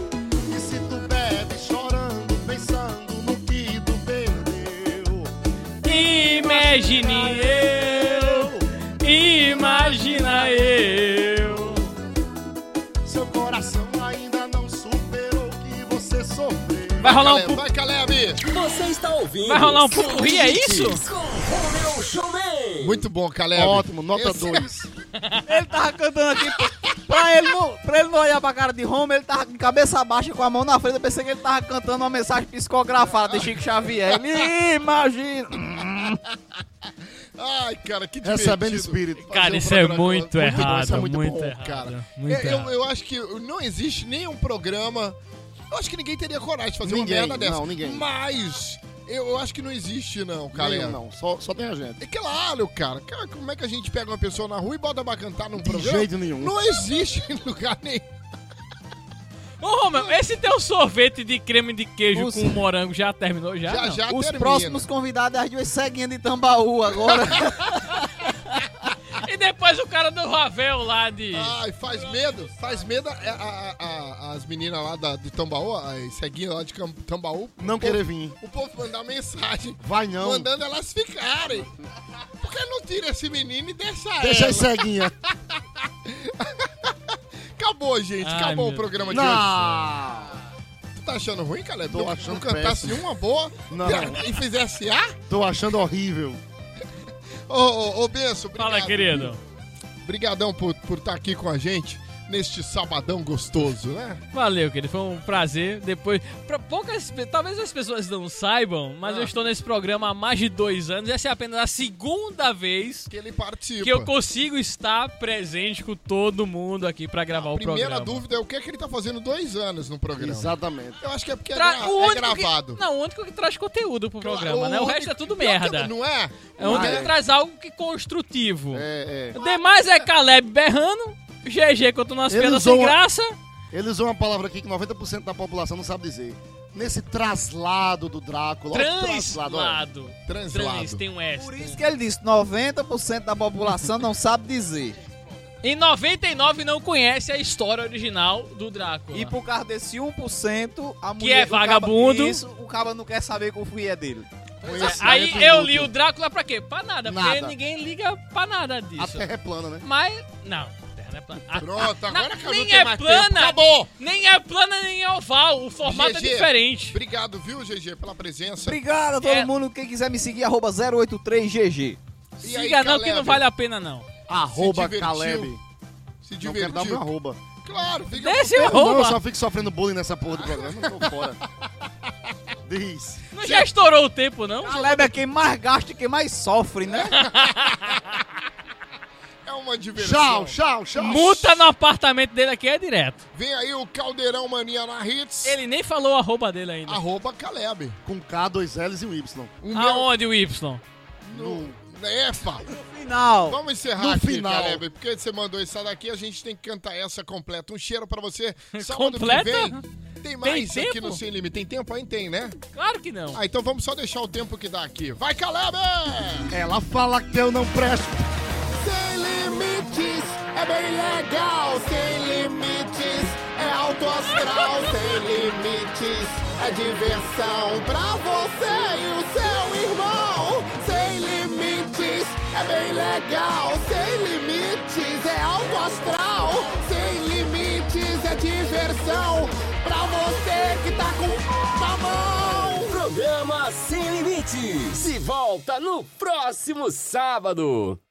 [SPEAKER 4] e se tu bebe chorando, pensando no que tu perdeu.
[SPEAKER 5] Imagine eu. Imagina eu.
[SPEAKER 4] Seu coração ainda não superou o que você sofreu.
[SPEAKER 5] Vai rolar um
[SPEAKER 3] Caleb, Vai, Caleb!
[SPEAKER 1] Você está ouvindo?
[SPEAKER 5] Vai rolar um
[SPEAKER 1] Sem
[SPEAKER 5] pupurri, é
[SPEAKER 1] Limites
[SPEAKER 5] isso?
[SPEAKER 1] Com Romeu Showman.
[SPEAKER 3] Muito bom, Caleb.
[SPEAKER 4] Ótimo, nota
[SPEAKER 3] Esse-
[SPEAKER 4] 2.
[SPEAKER 7] Ele tava cantando aqui. pô. Pra ele, não, pra ele não olhar pra cara de Roma, ele tava com cabeça baixa, com a mão na frente. Eu pensei que ele tava cantando uma mensagem psicografada de Chico Xavier. Ele imagina.
[SPEAKER 3] Ai, cara, que divertido.
[SPEAKER 7] é
[SPEAKER 4] Recebendo espírito.
[SPEAKER 3] fazer
[SPEAKER 5] Cara,
[SPEAKER 3] um
[SPEAKER 5] isso é
[SPEAKER 3] programa-
[SPEAKER 5] muito
[SPEAKER 3] bom,
[SPEAKER 5] errado,
[SPEAKER 3] isso é muito,
[SPEAKER 5] muito
[SPEAKER 3] bom,
[SPEAKER 5] errado,
[SPEAKER 3] cara. É,
[SPEAKER 5] muito
[SPEAKER 3] eu,
[SPEAKER 5] errado.
[SPEAKER 3] eu acho que não existe nenhum programa. Eu acho que ninguém teria coragem de fazer
[SPEAKER 4] Ninguém,
[SPEAKER 3] uma merda dessa.
[SPEAKER 4] não, ninguém.
[SPEAKER 3] Mas eu, eu acho que não existe, não,
[SPEAKER 4] Calma,
[SPEAKER 3] cara.
[SPEAKER 4] não. Só, só tem a gente.
[SPEAKER 3] É claro, cara. Cara, Como é que a gente pega uma pessoa na rua e bota pra cantar num
[SPEAKER 4] De
[SPEAKER 3] programa?
[SPEAKER 4] jeito nenhum.
[SPEAKER 3] Não existe em lugar nenhum.
[SPEAKER 5] Ô, Romeu, esse teu sorvete de creme de queijo
[SPEAKER 7] Os-
[SPEAKER 5] com morango já terminou
[SPEAKER 4] É,
[SPEAKER 5] já?
[SPEAKER 3] Já,
[SPEAKER 5] não?
[SPEAKER 3] já
[SPEAKER 7] Os
[SPEAKER 3] termina.
[SPEAKER 7] próximos convidados é as duas ceguinhas de Tambaú agora.
[SPEAKER 5] E depois o cara do Ravel lá de.
[SPEAKER 3] Ai, faz medo, faz medo é a- a- a- as meninas lá da, de Tambaú, as ceguinhas lá de Cam- Tambaú.
[SPEAKER 4] Não
[SPEAKER 3] o
[SPEAKER 4] querer
[SPEAKER 3] povo-
[SPEAKER 4] vir.
[SPEAKER 3] O povo mandar mensagem,
[SPEAKER 4] Vai não.
[SPEAKER 3] mandando elas ficarem. Por que não tira esse menino e deixa,
[SPEAKER 4] Deixa
[SPEAKER 3] ela?
[SPEAKER 4] as ceguinhas.
[SPEAKER 3] Acabou, gente,
[SPEAKER 5] Ai,
[SPEAKER 3] acabou o
[SPEAKER 5] meu
[SPEAKER 3] programa de hoje.
[SPEAKER 4] Não.
[SPEAKER 3] Tu tá achando ruim, Caleb?
[SPEAKER 4] Tô
[SPEAKER 3] Não-
[SPEAKER 4] achando
[SPEAKER 3] Não cantasse
[SPEAKER 4] péssimo.
[SPEAKER 3] uma boa
[SPEAKER 4] Não.
[SPEAKER 3] e fizesse A?
[SPEAKER 4] Tô achando horrível.
[SPEAKER 3] Ô, ô, ô, Benço, obrigado.
[SPEAKER 5] Fala, querido.
[SPEAKER 3] Obrigadão por estar aqui com a gente neste sabadão gostoso, né?
[SPEAKER 5] Valeu, querido. Foi um prazer. Depois, pra poucas, pe- talvez as pessoas não saibam, mas
[SPEAKER 3] Ah.
[SPEAKER 5] eu estou nesse programa há mais de dois anos. Essa é apenas a segunda vez
[SPEAKER 3] Que ele participa.
[SPEAKER 5] que eu consigo estar presente com todo mundo aqui pra gravar o
[SPEAKER 3] Primeira
[SPEAKER 5] programa.
[SPEAKER 3] dúvida é o que é que ele tá fazendo dois anos no programa.
[SPEAKER 4] Exatamente.
[SPEAKER 3] Eu acho que é porque é,
[SPEAKER 5] Tra-
[SPEAKER 3] gra-
[SPEAKER 5] o
[SPEAKER 3] é
[SPEAKER 5] único
[SPEAKER 3] gravado.
[SPEAKER 5] Que, não, o único que traz conteúdo pro programa, né? O
[SPEAKER 3] único-
[SPEAKER 5] resto é tudo
[SPEAKER 3] Pior que-
[SPEAKER 5] merda.
[SPEAKER 3] Não é?
[SPEAKER 5] É o único
[SPEAKER 4] é.
[SPEAKER 5] que traz algo que construtivo.
[SPEAKER 4] É, é.
[SPEAKER 5] Demais é Caleb berrando, GG contando umas
[SPEAKER 4] Ele
[SPEAKER 5] pedras
[SPEAKER 4] usou
[SPEAKER 5] sem
[SPEAKER 4] uma-
[SPEAKER 5] graça.
[SPEAKER 4] Ele usou uma palavra aqui que 90% da população não sabe dizer. Nesse traslado do Drácula. ó, traslado, ó.
[SPEAKER 5] Translado.
[SPEAKER 3] Translado.
[SPEAKER 5] Trans, tem um S.
[SPEAKER 7] Por isso que ele disse: 90% da população não sabe dizer.
[SPEAKER 5] Em 99 não conhece a história original do Drácula.
[SPEAKER 7] E por causa desse 1%, a mulher.
[SPEAKER 5] Que é
[SPEAKER 7] o caba-
[SPEAKER 5] vagabundo.
[SPEAKER 7] isso, o cara não quer saber qual fui é dele.
[SPEAKER 4] Conhecimento
[SPEAKER 5] Aí eu li
[SPEAKER 4] inútil.
[SPEAKER 5] o Drácula pra quê? Pra nada, porque
[SPEAKER 4] Nada.
[SPEAKER 5] ninguém liga pra nada
[SPEAKER 4] A
[SPEAKER 5] disso.
[SPEAKER 4] terra é plana, né?
[SPEAKER 5] Mas, não, Terra não é plana. A-
[SPEAKER 3] Pronto,
[SPEAKER 5] na-
[SPEAKER 3] agora que
[SPEAKER 5] nem
[SPEAKER 3] tem
[SPEAKER 5] é
[SPEAKER 3] mais
[SPEAKER 5] plana.
[SPEAKER 3] tempo. Acabou!
[SPEAKER 5] nem é plana, nem é oval, o formato é
[SPEAKER 3] GG.
[SPEAKER 5] diferente.
[SPEAKER 3] Obrigado, viu, GG, pela presença.
[SPEAKER 7] Obrigado a todo
[SPEAKER 5] É.
[SPEAKER 7] mundo. Quem quiser me seguir, arroba 083GG.
[SPEAKER 3] E aí,
[SPEAKER 5] Siga não que não
[SPEAKER 3] Caleb?
[SPEAKER 5] vale a pena não.
[SPEAKER 4] Arroba
[SPEAKER 3] divertiu.
[SPEAKER 4] Caleb.
[SPEAKER 3] Se
[SPEAKER 4] Não quero
[SPEAKER 3] divertir.
[SPEAKER 4] dar meu arroba.
[SPEAKER 3] Claro, fica
[SPEAKER 5] Desce o
[SPEAKER 4] Não, eu
[SPEAKER 5] arroba.
[SPEAKER 4] só fico sofrendo bullying nessa porra do programa. Eu tô fora. Diz.
[SPEAKER 5] Não já estourou o tempo, não?
[SPEAKER 7] Caleb é quem mais gasta e quem mais sofre, né?
[SPEAKER 3] É uma
[SPEAKER 4] Tchau,
[SPEAKER 3] diversão.
[SPEAKER 4] tchau, tchau.
[SPEAKER 5] Multa no apartamento dele aqui é direto.
[SPEAKER 3] Vem aí o Caldeirão Mania na Hits.
[SPEAKER 5] Ele nem falou o arroba dele ainda.
[SPEAKER 3] Arroba Caleb.
[SPEAKER 4] Com K, dois L's e um Y.
[SPEAKER 3] O
[SPEAKER 5] Aonde o Y?
[SPEAKER 3] meu- no- É, fala.
[SPEAKER 7] Final.
[SPEAKER 3] Vamos encerrar
[SPEAKER 4] No
[SPEAKER 3] aqui,
[SPEAKER 4] final.
[SPEAKER 3] Caleb, porque você mandou essa daqui, a gente tem que cantar essa completa. Um cheiro pra você. Sábado
[SPEAKER 5] Completa?
[SPEAKER 3] que vem. Tem mais
[SPEAKER 5] Tem
[SPEAKER 3] aqui
[SPEAKER 5] tempo?
[SPEAKER 3] no Sem Limite. Tem tempo aí? Tem, né?
[SPEAKER 5] Claro que não.
[SPEAKER 3] Ah, então vamos só deixar o tempo que dá aqui. Vai, Caleb!
[SPEAKER 4] Ela fala que eu não presto.
[SPEAKER 8] Sem limites é bem legal. Sem limites é alto astral. Sem limites é diversão pra você e o seu irmão. Sem limites é bem legal. Sem limites é alto astral. Sem limites é diversão pra você que tá com na mão.
[SPEAKER 1] Programa Sem Limites. Se volta no próximo sábado.